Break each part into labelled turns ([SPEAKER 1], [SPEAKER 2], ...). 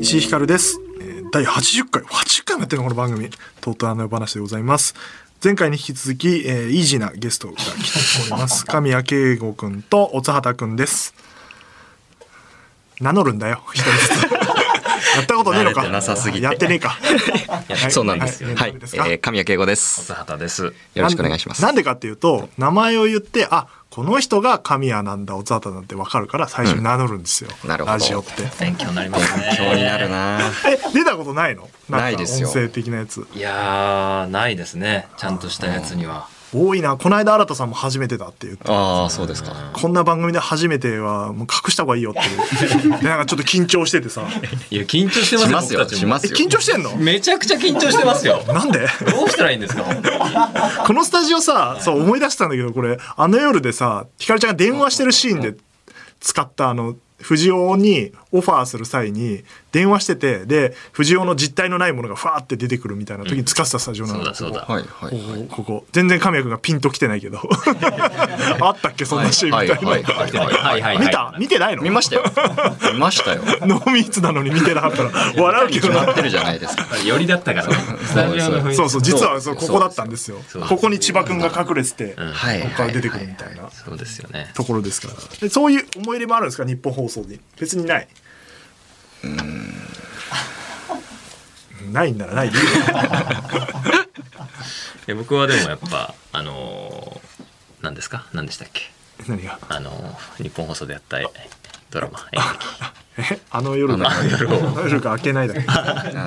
[SPEAKER 1] 石井ひかるです。えー第80回、80回もやってるのこの番組、とうとうあの話でございます。前回に引き続き、えーイージーなゲストが来ており ます。神谷慶吾くんとおつはたくんです。名乗るんだよ、一人ずつ。 やったことねえの
[SPEAKER 2] 慣
[SPEAKER 1] か。
[SPEAKER 2] れてなさすぎて
[SPEAKER 1] やってねえか。はい
[SPEAKER 3] そうなんですよ。
[SPEAKER 1] はい
[SPEAKER 3] はい、
[SPEAKER 1] 何
[SPEAKER 3] え
[SPEAKER 1] ですか
[SPEAKER 3] ー神谷慶吾です。
[SPEAKER 2] 津畑です。
[SPEAKER 3] よろしくお願いします。
[SPEAKER 1] なんでかっていうと、名前を言って、あ、この人が神谷なんだ、おつはたなんてわかるから、最初に名乗るんですよ。
[SPEAKER 3] うんなるほど
[SPEAKER 1] ラジオって。
[SPEAKER 2] 勉強になりますね。
[SPEAKER 3] 今日になるな。
[SPEAKER 1] え、出たことないのんか
[SPEAKER 3] ないですよ
[SPEAKER 1] 音声的なやつ。
[SPEAKER 2] いやー、ないですね。ちゃんとしたやつには。
[SPEAKER 1] 多いな。この間、新田さんも初めてだって言って。
[SPEAKER 3] ああ、そうですか。
[SPEAKER 1] こんな番組で初めてはもう隠した方がいいよっていう でなんかちょっと緊張しててさ
[SPEAKER 2] いや、緊張して
[SPEAKER 3] し
[SPEAKER 2] ま
[SPEAKER 3] ますす
[SPEAKER 2] よ、
[SPEAKER 3] よ。
[SPEAKER 2] 僕た
[SPEAKER 3] し
[SPEAKER 2] ちも
[SPEAKER 3] ま。
[SPEAKER 1] え
[SPEAKER 3] すよ。
[SPEAKER 1] 緊張してんの
[SPEAKER 2] めちゃくちゃ緊張してますよ。
[SPEAKER 1] なんで
[SPEAKER 2] どうしたらいいんですか本当に
[SPEAKER 1] このスタジオさそう思い出したんだけどこれあの夜でさひかるちゃんが電話してるシーンで使ったあの藤尾にオファーする際に電話しててで藤尾の実体のないものがファーって出てくるみたいな時に使ってたスタジオなの、
[SPEAKER 2] そうだそうだ。
[SPEAKER 3] はいはいはい。
[SPEAKER 1] ここ全然神谷君がピンときてないけ どあったっけそんなシーン
[SPEAKER 3] は
[SPEAKER 1] み
[SPEAKER 3] い
[SPEAKER 1] たいな、
[SPEAKER 3] はいはいはいはい。
[SPEAKER 2] い
[SPEAKER 1] 見た見てないの
[SPEAKER 3] 見ましたよ。見ましたよ。
[SPEAKER 1] ノーミーツなのに見てなかったら笑うけど
[SPEAKER 3] 決
[SPEAKER 1] な
[SPEAKER 3] まってるじゃないですか。
[SPEAKER 2] よりだったからね。スタジオの雰囲気。
[SPEAKER 1] そうそう実はそう
[SPEAKER 3] そ
[SPEAKER 1] こ
[SPEAKER 3] う
[SPEAKER 1] こだったんですよ
[SPEAKER 2] うです
[SPEAKER 1] ここに千葉君が隠れてて、
[SPEAKER 2] ん
[SPEAKER 3] はい。
[SPEAKER 1] ここから出てくるみたいな
[SPEAKER 2] そうですよね。
[SPEAKER 1] ところですからでそういう思い入れもあるんですか日本放送に別にないないんならないでいいよ
[SPEAKER 2] いや僕はでもやっぱ、あのー、何ですか何でしたっけ
[SPEAKER 1] 何が
[SPEAKER 2] あのー、日本放送でやったえドラマ、演劇
[SPEAKER 1] えあの夜が
[SPEAKER 3] あ
[SPEAKER 1] あ
[SPEAKER 3] の
[SPEAKER 2] 夜を
[SPEAKER 1] の夜が明け ないだけ
[SPEAKER 3] はい。うん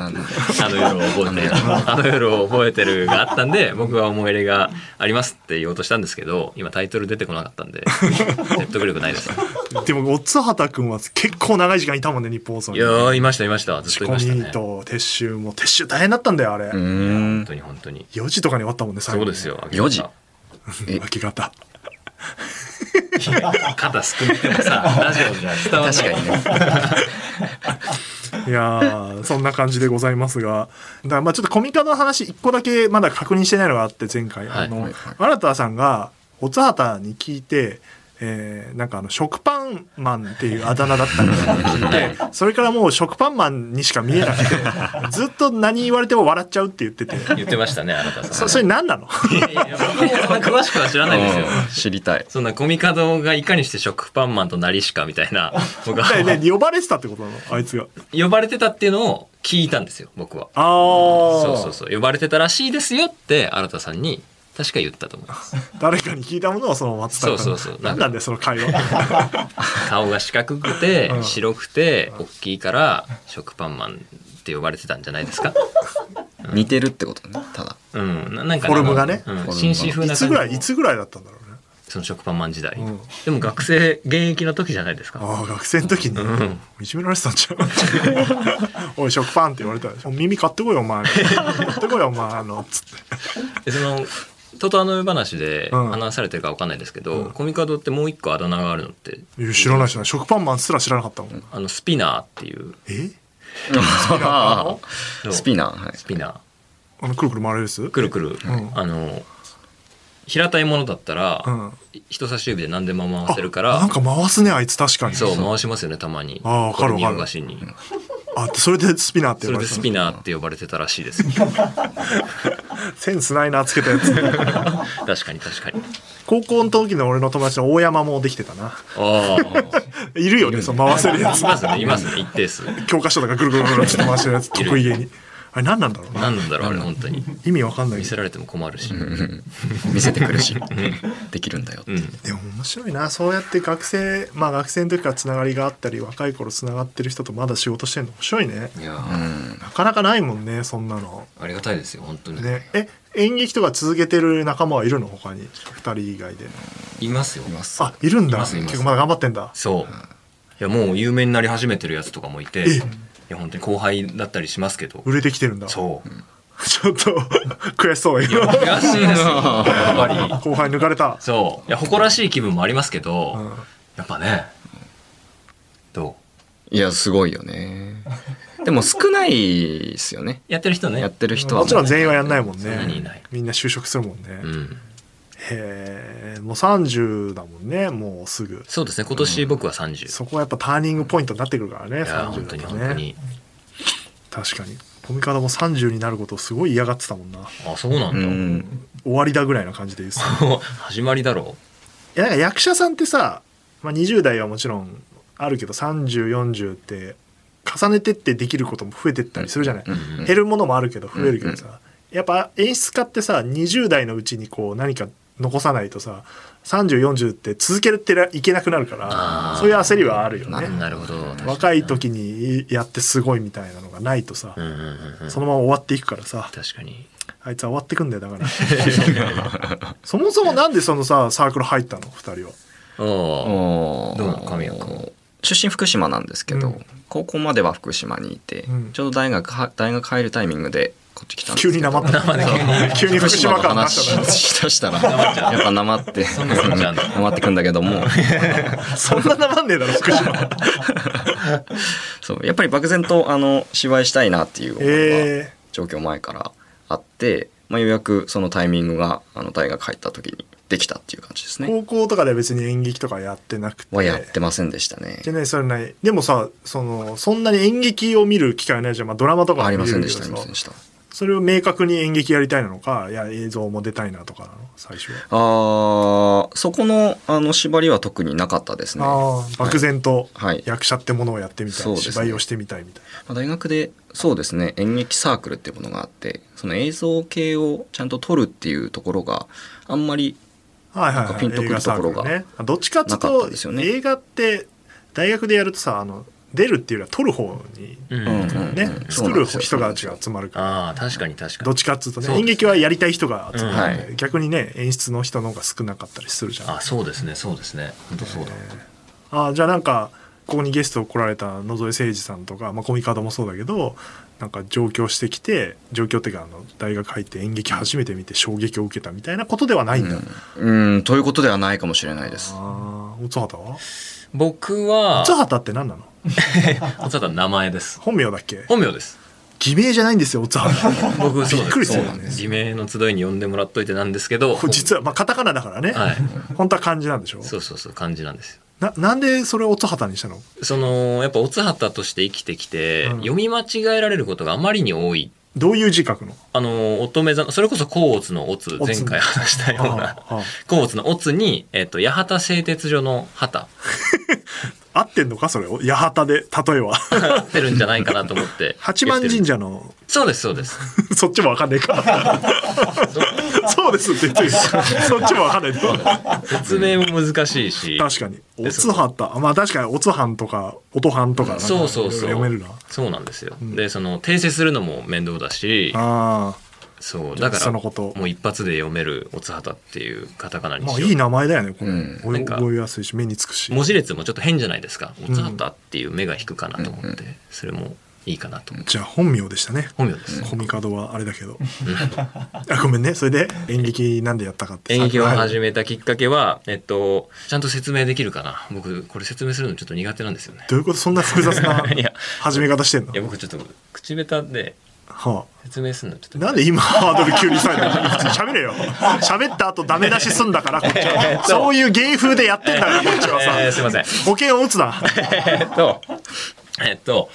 [SPEAKER 2] あの夜を覚えてる。あの夜を覚えてるがあったんで、 僕は思い入れがありますって言おうとしたんですけど、今タイトル出てこなかったん で、説得力ないですね。
[SPEAKER 1] でもおつはた君は結構長い時間いたもんね日本放送
[SPEAKER 2] い
[SPEAKER 1] に
[SPEAKER 2] やー、いました、いました。ずっ
[SPEAKER 1] 仕
[SPEAKER 2] といました
[SPEAKER 1] 込み
[SPEAKER 2] ね。本
[SPEAKER 1] と撤収も撤収大変だったんだよあれ、
[SPEAKER 3] うーん。
[SPEAKER 2] 当に本当に。
[SPEAKER 1] 4時とかに終わったもんね最
[SPEAKER 2] そ
[SPEAKER 1] 後
[SPEAKER 2] うですよ。
[SPEAKER 3] 四時
[SPEAKER 1] 明け方
[SPEAKER 2] 肩すくめてもさ、 ラジオじゃ伝わん
[SPEAKER 3] 確
[SPEAKER 2] ない。
[SPEAKER 3] かにね。
[SPEAKER 1] いやーそんな感じでございますがだからまあちょっとコミカドの話一個だけまだ確認してないのがあって前回、
[SPEAKER 2] はい
[SPEAKER 1] あの、
[SPEAKER 3] はいはい
[SPEAKER 1] 新田さんがおつはたに聞いて、えーなんかあの食パンマンっていうあだ名だったのを 聞いてそれからもう食パンマンにしか見えなくてずっと何言われても笑っちゃうって言ってて
[SPEAKER 2] 言ってましたね、あなたさん。
[SPEAKER 1] そそれ何なの
[SPEAKER 2] いやいや、僕もそんな詳しくは知らないですよ。
[SPEAKER 3] うん知りたい。
[SPEAKER 2] そんなコミカドがいかにして食パンマンとなりしかみたいな、僕
[SPEAKER 1] だから
[SPEAKER 2] は
[SPEAKER 1] ね呼ばれてたってことなのあいつが
[SPEAKER 2] 呼ばれてたっていうのを聞いたんですよ、僕は。
[SPEAKER 1] ああ
[SPEAKER 2] そうそうそう呼ばれてたらしいですよって新田さんに確か言ったと思 います
[SPEAKER 1] 誰かに聞いたものをそのまま伝えた
[SPEAKER 2] そうそうそう
[SPEAKER 1] 何なんだよその会話
[SPEAKER 2] 顔が四角くて
[SPEAKER 1] うん
[SPEAKER 2] 白くて大きいから食パンマンって呼ばれてたんじゃないですか
[SPEAKER 3] 似てるってことね。ただ。
[SPEAKER 2] うんななんか
[SPEAKER 1] フォルムがね
[SPEAKER 2] う
[SPEAKER 3] フォルム
[SPEAKER 2] ん、
[SPEAKER 3] が
[SPEAKER 2] 紳士風
[SPEAKER 1] い
[SPEAKER 2] な
[SPEAKER 1] つ
[SPEAKER 2] 感
[SPEAKER 1] ぐ
[SPEAKER 2] じ
[SPEAKER 1] らいいつぐらいだったんだろうね
[SPEAKER 2] その食パンマン時代、
[SPEAKER 1] うん
[SPEAKER 2] でも学生現役の時じゃないですか
[SPEAKER 1] ああ学生の時に、
[SPEAKER 2] ん
[SPEAKER 1] いじめられてたんちゃう おい食パンって言われたら「耳買ってこいよお前買ってこいよお前あの」つって
[SPEAKER 2] でその「トトアノ話」で
[SPEAKER 1] うん
[SPEAKER 2] 話されてるか分かんないですけど、コミカドってもう一個あだ名があるのって
[SPEAKER 1] いや知らない知らない食パンマンすら知らなかったもん、
[SPEAKER 2] あのスピナーっていう
[SPEAKER 1] え
[SPEAKER 3] あ
[SPEAKER 2] そ
[SPEAKER 3] あ
[SPEAKER 2] う
[SPEAKER 3] スピナー。はい。
[SPEAKER 2] スピナー
[SPEAKER 1] あのくるくる回れるやつ
[SPEAKER 2] くるくる、
[SPEAKER 1] ん
[SPEAKER 2] あの平たいものだったら、
[SPEAKER 1] うん
[SPEAKER 2] 人差し指で何でも回
[SPEAKER 1] あ
[SPEAKER 2] せるから
[SPEAKER 1] なんか回すねあいつ確かに
[SPEAKER 2] そう回しますよねたまに
[SPEAKER 1] あーわかるわかる
[SPEAKER 2] お菓子に
[SPEAKER 1] あそれでスピナーって
[SPEAKER 2] そ
[SPEAKER 1] 呼
[SPEAKER 2] れ
[SPEAKER 1] ばれて
[SPEAKER 2] で
[SPEAKER 1] た
[SPEAKER 2] ス
[SPEAKER 1] の
[SPEAKER 2] ピナーって呼ばれてたらしいですよ
[SPEAKER 1] センスないなつけたやつ
[SPEAKER 2] 確かに確かに
[SPEAKER 1] 高校の時の俺の友達の大山もできてたな
[SPEAKER 2] ああ
[SPEAKER 1] いるよねその回せるや
[SPEAKER 2] い
[SPEAKER 1] つ
[SPEAKER 2] ますねいますね一定数
[SPEAKER 1] 教科書とかぐるぐるぐるぐるちょっと回してるやつ得意げにあれ何なんだろうな
[SPEAKER 2] 何なんだろうあれ本当に
[SPEAKER 1] 意味わかんない
[SPEAKER 2] 見
[SPEAKER 1] けど
[SPEAKER 2] せられても困るし、
[SPEAKER 3] 見せてくるし。できるんだよって。
[SPEAKER 1] でも面白いなそうやって学生まあ学生の時からつながりがあったり若い頃つながってる人とまだ仕事してるの面白いね
[SPEAKER 2] いや
[SPEAKER 3] う
[SPEAKER 2] ー
[SPEAKER 3] ん。
[SPEAKER 1] なかなかないもんねそんなの
[SPEAKER 2] ありがたいですよ本当に、
[SPEAKER 1] ねえ演劇とか続けてる仲間はいるの他に2人以外で
[SPEAKER 2] いますよ
[SPEAKER 3] います。
[SPEAKER 1] あいるん
[SPEAKER 2] い
[SPEAKER 1] だ
[SPEAKER 2] ますいます
[SPEAKER 1] 結構まだ頑張ってんだ
[SPEAKER 2] そういやもう有名になり始めてるやつとかもいていや本当に後輩だったりしますけど
[SPEAKER 1] 売れてきてるんだちょ
[SPEAKER 2] そう
[SPEAKER 1] っと 悔しそうだけど
[SPEAKER 2] 悔しいですよやっぱり
[SPEAKER 1] 後輩抜かれた
[SPEAKER 2] そういや誇らしい気分もありますけど、
[SPEAKER 1] うん
[SPEAKER 2] やっぱねど
[SPEAKER 3] いや、すごいよね。
[SPEAKER 2] う
[SPEAKER 3] でも少ないですよね
[SPEAKER 2] やってる人ね
[SPEAKER 3] やってる人は
[SPEAKER 1] もちろん全員はやんないもん
[SPEAKER 2] そんなにいな
[SPEAKER 1] ね
[SPEAKER 2] い
[SPEAKER 1] みんな就職するもんね、
[SPEAKER 2] うん
[SPEAKER 1] へえもう30だもんねもうすぐ
[SPEAKER 2] そうですね今年僕は30、
[SPEAKER 1] そこはやっぱターニングポイントになってくるからね
[SPEAKER 2] いや
[SPEAKER 1] 30
[SPEAKER 2] 本
[SPEAKER 1] だ
[SPEAKER 2] 当に
[SPEAKER 1] と
[SPEAKER 2] 本当
[SPEAKER 1] ね
[SPEAKER 2] に
[SPEAKER 1] 確かにコミカドも30になることをすごい嫌がってたもんな
[SPEAKER 2] あそうなん
[SPEAKER 3] う
[SPEAKER 2] だ、
[SPEAKER 3] ん
[SPEAKER 1] 終わりだぐらいな感じで言ってた
[SPEAKER 2] 始まりだろ
[SPEAKER 1] いやなんか役者さんってさ、まあ、20代はもちろんあるけど3040って重ねてってできることも増えてったりするじゃない、
[SPEAKER 3] うんうん
[SPEAKER 1] 減るものもあるけど増えるけどさ、やっぱ演出家ってさ20代のうちにこう何か残さないとさ3040って続けてらいけなくなるか
[SPEAKER 2] あ
[SPEAKER 1] ら
[SPEAKER 2] ー
[SPEAKER 1] そういう焦りはあるよ
[SPEAKER 2] う、
[SPEAKER 1] ね
[SPEAKER 2] なるほど確かに
[SPEAKER 1] 若い時にやってすごいみたいなのがないとさ、
[SPEAKER 2] うんうんうんうん
[SPEAKER 1] そのまま終わっていくからさ
[SPEAKER 2] 確かに
[SPEAKER 1] あいつは終わってくんだよだから そもそもなんでそのさサークル入ったの2人は
[SPEAKER 2] お
[SPEAKER 3] おー
[SPEAKER 2] どうなの神谷君
[SPEAKER 3] 出身福島なんですけど、
[SPEAKER 1] うん
[SPEAKER 3] 高校までは福島にいて、
[SPEAKER 1] うん
[SPEAKER 3] ちょうど大学は大学入るタイミングでこっち来たんです
[SPEAKER 1] 急
[SPEAKER 3] けど
[SPEAKER 1] になまった 急に
[SPEAKER 3] 福
[SPEAKER 1] 福島
[SPEAKER 3] 島
[SPEAKER 1] 感
[SPEAKER 3] の
[SPEAKER 1] 出
[SPEAKER 3] 話
[SPEAKER 1] したか
[SPEAKER 3] しだしたらやっぱなまって
[SPEAKER 2] そんなことじゃん
[SPEAKER 3] なまってくんだけども
[SPEAKER 1] らそんななまんねえだろ福 島
[SPEAKER 3] そうやっぱり漠然とあの芝居したいなっていう思いは
[SPEAKER 1] え
[SPEAKER 3] 上京前からあって、まあ、ようやくそのタイミングがあの大学入った時にできたっていう感じです
[SPEAKER 1] ー
[SPEAKER 3] ね
[SPEAKER 1] 高校とかで別に演劇とかやってなくて
[SPEAKER 3] はやってませんでしたね
[SPEAKER 1] じゃないそれないでもさそのそんなに演劇を見る機会はないじゃん、まあ、ドラマとかは
[SPEAKER 3] あり
[SPEAKER 1] 見れ
[SPEAKER 3] ま
[SPEAKER 1] るけ
[SPEAKER 3] せん
[SPEAKER 1] ど
[SPEAKER 3] でしたありま
[SPEAKER 1] さ
[SPEAKER 3] せんでした
[SPEAKER 1] それを明確に演劇やりたいなのかいや映像も出たいなとかなの最初は、
[SPEAKER 3] あーそこのあの縛りは特になかったですね
[SPEAKER 1] ああ漠然と
[SPEAKER 3] はい
[SPEAKER 1] 役者ってものをやってみたい、
[SPEAKER 3] そうですね
[SPEAKER 1] 芝居をしてみたいみたいな
[SPEAKER 3] まあ大学でそうですね演劇サークルっていうものがあってその映像系をちゃんと撮るっていうところがあんまり
[SPEAKER 1] はいはい
[SPEAKER 3] なん
[SPEAKER 1] は
[SPEAKER 3] か
[SPEAKER 1] い、
[SPEAKER 3] ピンとくるところが
[SPEAKER 1] 映画サークルね、どっちかっていう
[SPEAKER 3] なかっ
[SPEAKER 1] と
[SPEAKER 3] たですよね
[SPEAKER 1] 映画って大学でやるとさあの出るっていうよりは撮る方に
[SPEAKER 2] うん
[SPEAKER 3] うんうん
[SPEAKER 1] ね、作る人が
[SPEAKER 3] 違
[SPEAKER 1] 集まるから
[SPEAKER 2] ああ確かに確かに
[SPEAKER 1] どっちかっつうとね
[SPEAKER 2] そうです
[SPEAKER 1] 演劇はやりたい人が集まるんで、
[SPEAKER 3] うんは
[SPEAKER 1] 逆にね演出の人の方が少なかったりするじゃん
[SPEAKER 2] あそうですねそうですね本当そうだ、
[SPEAKER 1] あじゃあなんかここにゲスト来られた野添誠二さんとか、まあ、コミカドもそうだけどなんか上京してきて上京っていうかあの大学入って演劇初めて見て衝撃を受けたみたいなことではないんだ、あ
[SPEAKER 3] うんということではないかもしれないです
[SPEAKER 1] あーおつはたは
[SPEAKER 2] 僕は
[SPEAKER 1] おつはたって何なの
[SPEAKER 2] おつはた名前です
[SPEAKER 1] 本名だっけ
[SPEAKER 2] 本名です
[SPEAKER 1] 偽名じゃないんですよおつは た
[SPEAKER 2] 僕そう
[SPEAKER 1] びっくり
[SPEAKER 2] ですす
[SPEAKER 1] るよ
[SPEAKER 2] そう
[SPEAKER 1] ね
[SPEAKER 2] なんです偽名の集いに呼んでもらっといてなんですけど
[SPEAKER 1] これ実は、まあ、カタカナだからね、
[SPEAKER 2] はい
[SPEAKER 1] 本当は漢字なんでしょ
[SPEAKER 2] そうそうそう感じなんですよ
[SPEAKER 1] ななんでそれをおつはたにしたの
[SPEAKER 2] そのやっぱおつはたとして生きてきて、
[SPEAKER 1] うん
[SPEAKER 2] 読み間違えられることがあまりに多い
[SPEAKER 1] どういう字書くの
[SPEAKER 2] あの乙女座のそれこそ甲乙の乙
[SPEAKER 1] 乙
[SPEAKER 2] 前回話したよう
[SPEAKER 1] あ
[SPEAKER 2] な
[SPEAKER 1] ああ
[SPEAKER 2] 甲乙の乙に、えっと八幡製鉄所の旗
[SPEAKER 1] 合ってんのかそれを八幡で例え は
[SPEAKER 2] 合ってるんじゃないかなと思って
[SPEAKER 1] 八幡
[SPEAKER 2] 言ってる
[SPEAKER 1] 神社の
[SPEAKER 2] そうですそうです
[SPEAKER 1] そっちもわかんねえ か。そうですって言ってる。そっちもわかんない。確
[SPEAKER 2] 説明も難しいし
[SPEAKER 1] かに。おつはた。まあ確かに、おつはんとか、おとはんとかなんか
[SPEAKER 2] そうそうそ
[SPEAKER 1] いろいろ
[SPEAKER 2] う
[SPEAKER 1] 読めるな。
[SPEAKER 2] そうなんですよ、
[SPEAKER 1] ん
[SPEAKER 2] でその訂正するのも面倒だし
[SPEAKER 1] あ
[SPEAKER 2] そうだから
[SPEAKER 1] そのこと
[SPEAKER 2] もう一発で読める「おつはた」っていうカタカナ
[SPEAKER 1] あ。
[SPEAKER 2] に
[SPEAKER 1] まあ
[SPEAKER 2] しよう
[SPEAKER 1] いい名前だよね、これ。
[SPEAKER 3] うん
[SPEAKER 1] 覚
[SPEAKER 2] な
[SPEAKER 1] え
[SPEAKER 2] んか
[SPEAKER 1] 覚えやすいし、目につくし。
[SPEAKER 2] 文字列もちょっと変じゃないですか「おつはた」っていう目が引くかなと思って、それもいいかなと思って
[SPEAKER 1] じゃあ本名でしたね。
[SPEAKER 2] 本名です、
[SPEAKER 1] コミカドはあれだけど。 あごめんね。それで演劇なんでやったかって。
[SPEAKER 2] 演劇を
[SPEAKER 1] はい
[SPEAKER 2] 始めたきっかけは、えっと、ちゃんと説明できるかな僕これ説明するのちょっと苦手なんですよね
[SPEAKER 1] どういうことそんな複雑 ない
[SPEAKER 2] や
[SPEAKER 1] 始め方してんの
[SPEAKER 2] いや僕ちょっと口下手で
[SPEAKER 1] はあ。
[SPEAKER 2] 説明するのちょっと
[SPEAKER 1] なんで今 ハードル急に下げたの普通に喋れよ喋った後ダメ出しすんだからこっちはそういう芸風でやってんだからこっちは
[SPEAKER 2] えー
[SPEAKER 1] さ
[SPEAKER 2] すいません
[SPEAKER 1] 保険を打つな
[SPEAKER 2] えっと、えっと、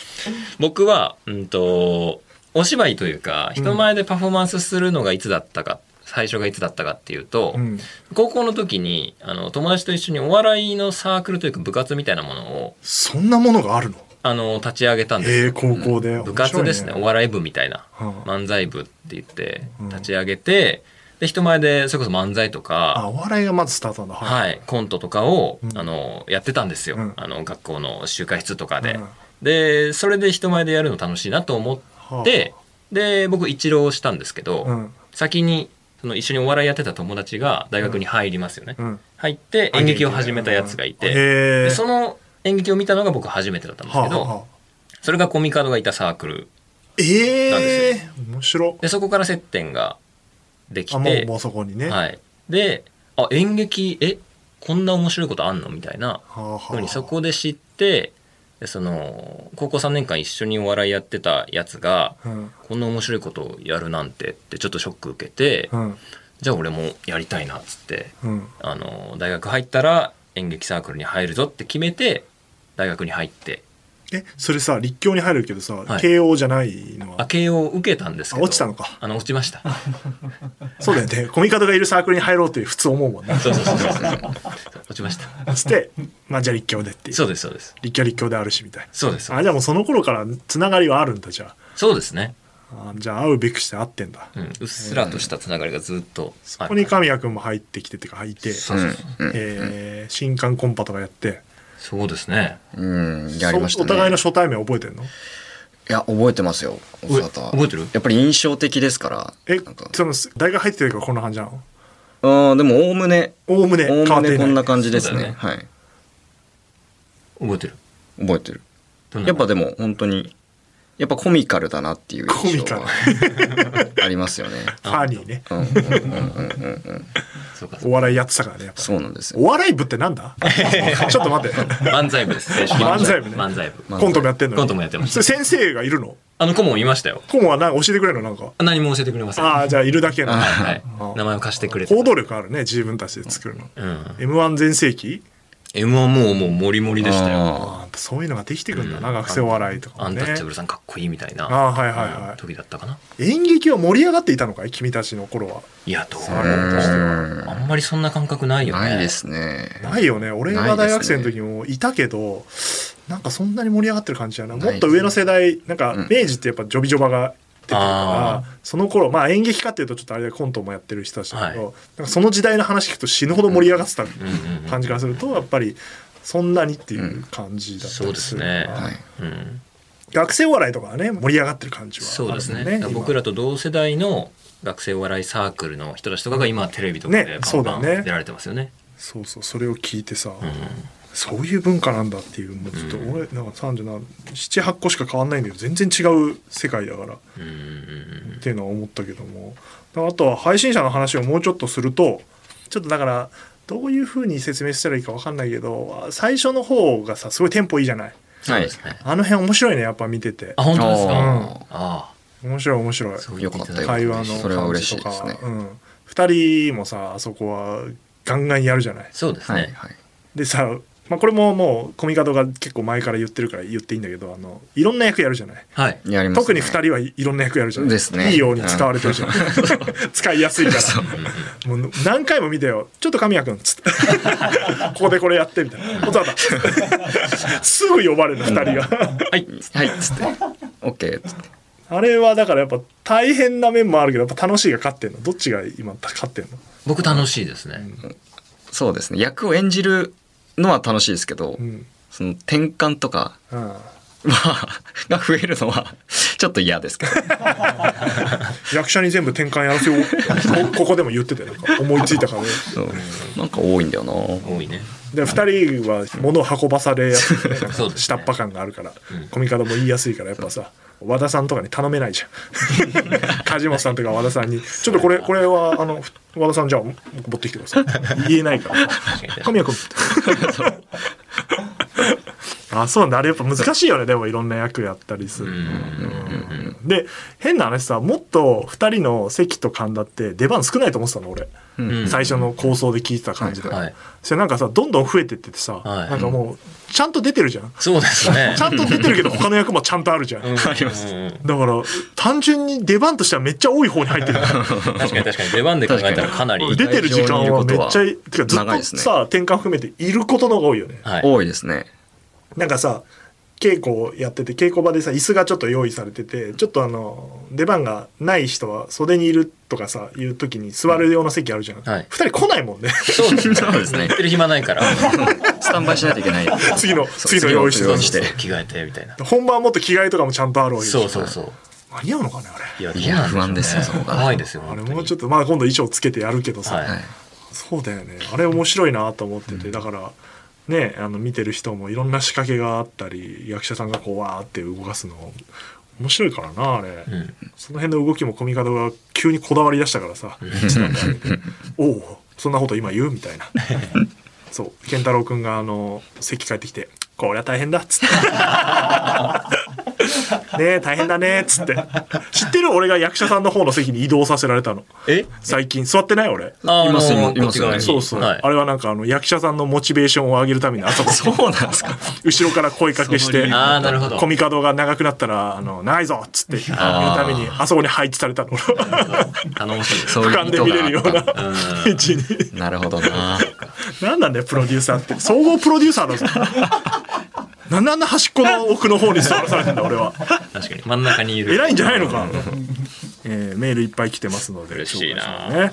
[SPEAKER 2] 僕は、うんと、お芝居というか、人前でパフォーマンスするのがいつだったか、最初がいつだったかっていうと、
[SPEAKER 1] うん
[SPEAKER 2] 高校の時に、あの、友達と一緒にお笑いのサークルというか部活みたいなものを、
[SPEAKER 1] そんなものがあるの
[SPEAKER 2] あの、立ち上げたんですよ
[SPEAKER 1] ええ高校で
[SPEAKER 2] 部活ですね
[SPEAKER 1] 面白い
[SPEAKER 2] お笑い部みたいな、
[SPEAKER 1] うん
[SPEAKER 2] 漫才部って言って
[SPEAKER 1] うん
[SPEAKER 2] 立ち上げて、で人前でそれこそ漫才と
[SPEAKER 1] あ
[SPEAKER 2] か、
[SPEAKER 1] お笑いがまずスタートなんだい
[SPEAKER 2] はい、コントとかを、
[SPEAKER 1] うん
[SPEAKER 2] あのやってたんですよ、
[SPEAKER 1] うん
[SPEAKER 2] あの学校の集会室とかで、
[SPEAKER 1] うん
[SPEAKER 2] でそれで人前でやるの楽しいなと思って、で僕一浪したんですけど、
[SPEAKER 1] うん
[SPEAKER 2] 先にその一緒にお笑いやってた友達が大学に入りますよね、
[SPEAKER 1] うん
[SPEAKER 2] 入って演劇を始めたやつがいて、
[SPEAKER 1] へえ
[SPEAKER 2] でその演劇を見たのが僕初めてだったんですけど、
[SPEAKER 1] はあはあ
[SPEAKER 2] それがコミカドがいたサークルなん
[SPEAKER 1] え
[SPEAKER 2] で
[SPEAKER 1] え面白
[SPEAKER 2] でそこから接点ができ
[SPEAKER 1] あもう
[SPEAKER 2] て
[SPEAKER 1] もうそこにねは
[SPEAKER 2] はい、であ演劇えこんな面白いことあんのみたいな
[SPEAKER 1] あはあ
[SPEAKER 2] ふうにそこで知ってでその高校3年間一緒にお笑いやってたやつが
[SPEAKER 1] うん
[SPEAKER 2] こんな面白いことをやるなんてってちょっとショック受けて、
[SPEAKER 1] うん
[SPEAKER 2] じゃあ俺もやりたいなっつって
[SPEAKER 1] うん
[SPEAKER 2] あの大学入ったら演劇サークルに入るぞって決めて大学に入って
[SPEAKER 1] えそれさ立教に入るけどさ、
[SPEAKER 2] はい
[SPEAKER 1] 慶応じゃないの
[SPEAKER 2] あ
[SPEAKER 1] は
[SPEAKER 2] 慶応受けたんですけ
[SPEAKER 1] あ
[SPEAKER 2] ど
[SPEAKER 1] 落ちたのか
[SPEAKER 2] あの落ちました
[SPEAKER 1] そうだよねコミカドがいるサークルに入ろうって普通思う もんね
[SPEAKER 2] そうそうそうそう落ち ました
[SPEAKER 1] そしてまあじゃあ立教でっていう
[SPEAKER 2] そうですそうです
[SPEAKER 1] 立教は立教であるしみたい
[SPEAKER 2] そうです
[SPEAKER 1] なあじゃあもうその頃からつながりはあるんだじゃ
[SPEAKER 2] そうですね、
[SPEAKER 1] ああじゃあ会うべくして会ってんだ、
[SPEAKER 2] うん、うっすらとしたつながりがずっと
[SPEAKER 1] ここに神谷君も入ってきてっていうか入って、
[SPEAKER 2] そうそう
[SPEAKER 3] うん
[SPEAKER 1] えー新刊コンパとかやって
[SPEAKER 2] そうですね
[SPEAKER 3] うん、やりました
[SPEAKER 1] そ
[SPEAKER 3] ね。
[SPEAKER 1] お互いの初対面覚えてんの
[SPEAKER 3] いや、覚えてますよ、お
[SPEAKER 2] 覚え
[SPEAKER 3] さた。
[SPEAKER 2] 覚えてる
[SPEAKER 3] やっぱり印象的ですから。
[SPEAKER 1] え
[SPEAKER 3] なんか
[SPEAKER 1] その大学入ってた時からこんな感じなの
[SPEAKER 3] うん、でも、おおむね、
[SPEAKER 1] おおむね
[SPEAKER 3] お
[SPEAKER 1] 変わ
[SPEAKER 3] お
[SPEAKER 1] っ
[SPEAKER 3] む
[SPEAKER 1] てい
[SPEAKER 3] ね
[SPEAKER 1] な
[SPEAKER 3] こ
[SPEAKER 1] い
[SPEAKER 3] んな感じです
[SPEAKER 2] そうだ
[SPEAKER 3] ね。
[SPEAKER 2] よね
[SPEAKER 3] はい。
[SPEAKER 2] 覚えてる
[SPEAKER 3] 覚えてる。
[SPEAKER 2] どんな
[SPEAKER 3] やっぱでも、本当に、やっぱコミカルだなっていう印象は
[SPEAKER 1] コ
[SPEAKER 3] ありますよね。
[SPEAKER 1] ファニーね
[SPEAKER 3] うんうんうんうんうんうん。
[SPEAKER 2] そうかそう
[SPEAKER 1] お笑いやってたからねやっぱ
[SPEAKER 3] そうなんですよ。
[SPEAKER 1] お笑い部ってなんだちょっと待って
[SPEAKER 2] 漫才部です
[SPEAKER 1] 漫才部ね
[SPEAKER 2] 漫才部
[SPEAKER 3] まあ
[SPEAKER 1] コントもやってんのに
[SPEAKER 2] コントもやってまし
[SPEAKER 1] それ先生がいるの
[SPEAKER 2] あの顧問いましたよ
[SPEAKER 1] 顧問はなんか教えてくれるのなんか
[SPEAKER 2] 何も教えてくれません
[SPEAKER 1] ああじゃあいるだけの
[SPEAKER 3] あ
[SPEAKER 2] はい
[SPEAKER 1] あ、
[SPEAKER 2] 名前を貸してくれて
[SPEAKER 1] 行動力あるね自分たちで作るの、
[SPEAKER 2] うん、
[SPEAKER 1] m 1全盛期
[SPEAKER 2] m 1もうもうモリモリでしたよ
[SPEAKER 1] ああ
[SPEAKER 3] あ
[SPEAKER 1] やっぱそういうのができてくるんだな、
[SPEAKER 2] うん
[SPEAKER 1] 学生お笑いとか
[SPEAKER 2] ア
[SPEAKER 1] も
[SPEAKER 2] ン
[SPEAKER 1] ね
[SPEAKER 2] タッチャブルさんかっこいいみたいな
[SPEAKER 1] あーはいはいはい
[SPEAKER 2] うん時だったかな
[SPEAKER 1] 演劇は盛り上がっていたのかい君たちの頃はい
[SPEAKER 2] やどう
[SPEAKER 1] そう
[SPEAKER 3] ーうん
[SPEAKER 2] あんまりそんな感覚ないよね
[SPEAKER 3] ないですね。
[SPEAKER 1] ないよね俺が大学生の時もいたけどなんかそんなに盛り上がってる感じじゃないもっと上の世代なんか
[SPEAKER 3] うん
[SPEAKER 1] 明治ってやっぱジョビジョバが出てるか
[SPEAKER 2] あ
[SPEAKER 1] らその頃まあ演劇家っていうとちょっとあれでコントもやってる人たちだけど、
[SPEAKER 2] は
[SPEAKER 1] なんかその時代の話聞くと死ぬほど盛り上がってた
[SPEAKER 2] うんうんうん
[SPEAKER 1] 感じからするとやっぱりそんなにっていう感じだったりするから、
[SPEAKER 2] うんそうですね
[SPEAKER 3] はい。
[SPEAKER 2] うん
[SPEAKER 1] 学生お笑いとかはね盛り上がってる感じは
[SPEAKER 2] そうです
[SPEAKER 1] あ
[SPEAKER 2] ね
[SPEAKER 1] るもん
[SPEAKER 2] だから僕らと同世代の学生お笑いサークルの人たちとかが今テレビとか
[SPEAKER 1] ね
[SPEAKER 2] でバンバ
[SPEAKER 1] そうだよ
[SPEAKER 2] ン
[SPEAKER 1] ね
[SPEAKER 2] 出られてますよね
[SPEAKER 1] そうそうそれを聞いてさ、
[SPEAKER 2] うん
[SPEAKER 1] そういう文化なんだっていうもうちょっと
[SPEAKER 2] うん
[SPEAKER 1] 俺なんか378個しか変わんないんだけど全然違う世界だからっ
[SPEAKER 2] うんうんうん
[SPEAKER 1] ていうのは思ったけどもあとは配信者の話をもうちょっとするとちょっとだからどういうふうに説明したらいいか分かんないけど最初の方がさすごいテンポいいじゃない
[SPEAKER 2] そうですね
[SPEAKER 1] あの辺面白いねやっぱ見てて
[SPEAKER 2] あ本当ですか
[SPEAKER 1] あ
[SPEAKER 2] ああ
[SPEAKER 1] 面白い面白い
[SPEAKER 2] そう言
[SPEAKER 3] よ
[SPEAKER 2] って
[SPEAKER 3] か
[SPEAKER 2] い
[SPEAKER 3] ったた
[SPEAKER 2] だ
[SPEAKER 3] よ。
[SPEAKER 2] いて
[SPEAKER 1] 会
[SPEAKER 2] 嬉
[SPEAKER 1] 話
[SPEAKER 2] しい
[SPEAKER 1] の
[SPEAKER 3] それは
[SPEAKER 1] 感
[SPEAKER 3] 嬉
[SPEAKER 1] じ
[SPEAKER 3] し
[SPEAKER 1] と
[SPEAKER 3] い
[SPEAKER 1] か
[SPEAKER 3] ですね。
[SPEAKER 1] うん、2人もさあそこはガンガンやるじゃない
[SPEAKER 2] そうです
[SPEAKER 3] はい
[SPEAKER 2] ね
[SPEAKER 3] はい。
[SPEAKER 1] でさ、まあ、これももうコミカドが結構前から言ってるから言っていいんだけどあのいろんな役やるじゃない
[SPEAKER 2] はい
[SPEAKER 3] やりますね。
[SPEAKER 1] 特に2人はいろんな役やるじゃない
[SPEAKER 3] ですね
[SPEAKER 1] いいように使われてるじゃん 使いやすいからもう何回も見てよちょっと神谷君っつって ここでこれやってみたいな音だった すぐ呼ばれる2人が
[SPEAKER 2] はい
[SPEAKER 3] はい、つって。オッケー、つって。
[SPEAKER 1] あれはだからやっぱ大変な面もあるけどやっぱ楽しいが勝ってんのどっちが今勝ってんの
[SPEAKER 2] 僕楽しいですね
[SPEAKER 3] そうですね。役を演じるのは楽しいですけど、
[SPEAKER 1] うん
[SPEAKER 3] その転換とか
[SPEAKER 1] うん
[SPEAKER 3] は、 が増えるのは、 ちょっと嫌ですけど。
[SPEAKER 1] 役者に全部転換やらせようこここでも言ってたよなんか思いついたからね
[SPEAKER 3] そうなんか多いんだよな。
[SPEAKER 2] 多いね
[SPEAKER 1] で2人は物を運ばされやすいねなんか
[SPEAKER 2] そうです
[SPEAKER 1] 下
[SPEAKER 2] ね
[SPEAKER 1] っ端感があるから、コミカドも言いやすいからやっぱさ和田さんとかに頼めないじ ゃん梶本さんとか和田さんに「ちょっとこれこれはあの和田さんじゃあ僕持ってきてください」言えない から「神谷君」 あそうなんだあれやっぱ難しいよねでもいろんな役やったりす
[SPEAKER 2] う
[SPEAKER 1] る
[SPEAKER 2] ん
[SPEAKER 1] の、
[SPEAKER 2] うんうんうん
[SPEAKER 1] で変な話さもっと2人の関と神田って出番少ないと思ってたの俺、
[SPEAKER 3] うん
[SPEAKER 2] うん
[SPEAKER 1] 最初の構想で聞いてた感じで、
[SPEAKER 2] はい
[SPEAKER 1] それなんかさどんどん増えてっててさ、
[SPEAKER 2] はい
[SPEAKER 1] なんかもうちゃんと出てるじゃん、
[SPEAKER 2] そうですね
[SPEAKER 1] ちゃんと出てるけど他の役もちゃんとあるじゃん、
[SPEAKER 2] うん
[SPEAKER 3] あります
[SPEAKER 2] うんうん
[SPEAKER 1] だから単純に出番としてはめっちゃ多い方に入ってる
[SPEAKER 2] 確かに確かに出番で考えたらかなり
[SPEAKER 1] 出てる時間はめっちゃいてかずっ
[SPEAKER 3] 長い
[SPEAKER 1] と
[SPEAKER 3] ですね
[SPEAKER 1] さ、転換含めていることの方が多いよね
[SPEAKER 2] はい
[SPEAKER 3] 多いですね。
[SPEAKER 1] なんかさ稽古をやってて稽古場でさ椅子がちょっと用意されててちょっとあの出番がない人は袖にいるとかさいう時に座る用の席あるじゃん、
[SPEAKER 2] はい
[SPEAKER 1] 2人来ないもんね
[SPEAKER 2] そうですね
[SPEAKER 3] そうですね
[SPEAKER 2] 言ってる暇ない から
[SPEAKER 3] スタンバイしないといけない。
[SPEAKER 1] 次の
[SPEAKER 3] そう
[SPEAKER 1] 次の用意して
[SPEAKER 3] 次の
[SPEAKER 1] た
[SPEAKER 3] 用意
[SPEAKER 1] し
[SPEAKER 3] して
[SPEAKER 2] 着替えてみたいな
[SPEAKER 1] 本番はもっと着替えとかもちゃんとあるわけでしょ
[SPEAKER 2] そうそうそう
[SPEAKER 1] 間に合うのかねあれ
[SPEAKER 2] いや
[SPEAKER 3] いや
[SPEAKER 2] どうなんでしょうね
[SPEAKER 3] 不安ですよそこが
[SPEAKER 2] 怖いですよ
[SPEAKER 1] あれもうち
[SPEAKER 2] ょ
[SPEAKER 1] ょっとまあ今度衣装つけてやるけどさ、
[SPEAKER 2] はい
[SPEAKER 3] はい。
[SPEAKER 1] そうだよねあれ面白いなと思ってて、だからねあの見てる人もいろんな仕掛けがあったり役者さんがこうわーって動かすの面白いからなあれ、
[SPEAKER 2] うん
[SPEAKER 1] その辺の動きもコミカドが急にこだわり出したからさ「おおそんなこと今言う?」みたいなそう健太郎君があの席帰ってきて「こりゃ大変だっ つって。ねえ大変だねっつって知ってる俺が役者さんの方の席に移動させられたの
[SPEAKER 2] え
[SPEAKER 1] 最近座ってない俺
[SPEAKER 2] あー
[SPEAKER 3] います
[SPEAKER 2] あの
[SPEAKER 3] います
[SPEAKER 2] こっち側に
[SPEAKER 1] そうそう、
[SPEAKER 2] はい
[SPEAKER 1] あれはなんかあの役者さんのモチベーションを上げるためにあそこ
[SPEAKER 3] そうなんですか。
[SPEAKER 1] 後ろから声かけし
[SPEAKER 3] その理
[SPEAKER 1] て
[SPEAKER 3] 由
[SPEAKER 2] ああなるほど
[SPEAKER 1] コミカドが長くなったら「あのないぞ!」っつって言うためにあそこに配置されたの俺は
[SPEAKER 2] 頼もしいです
[SPEAKER 3] そう
[SPEAKER 1] 俯瞰
[SPEAKER 3] いう意
[SPEAKER 1] で
[SPEAKER 3] 図
[SPEAKER 1] 見れるよう
[SPEAKER 3] があっ
[SPEAKER 1] な位置に
[SPEAKER 3] た。なるほどな。
[SPEAKER 1] 何なんだよプロデューサーって総合プロデューサーだぞなんであんな端っこの奥の方に座らされてんだ俺は
[SPEAKER 2] 確かに真ん中にいる
[SPEAKER 1] 偉いんじゃないのか、えーメールいっぱい来てますので
[SPEAKER 2] 嬉しいな
[SPEAKER 1] 紹介しますね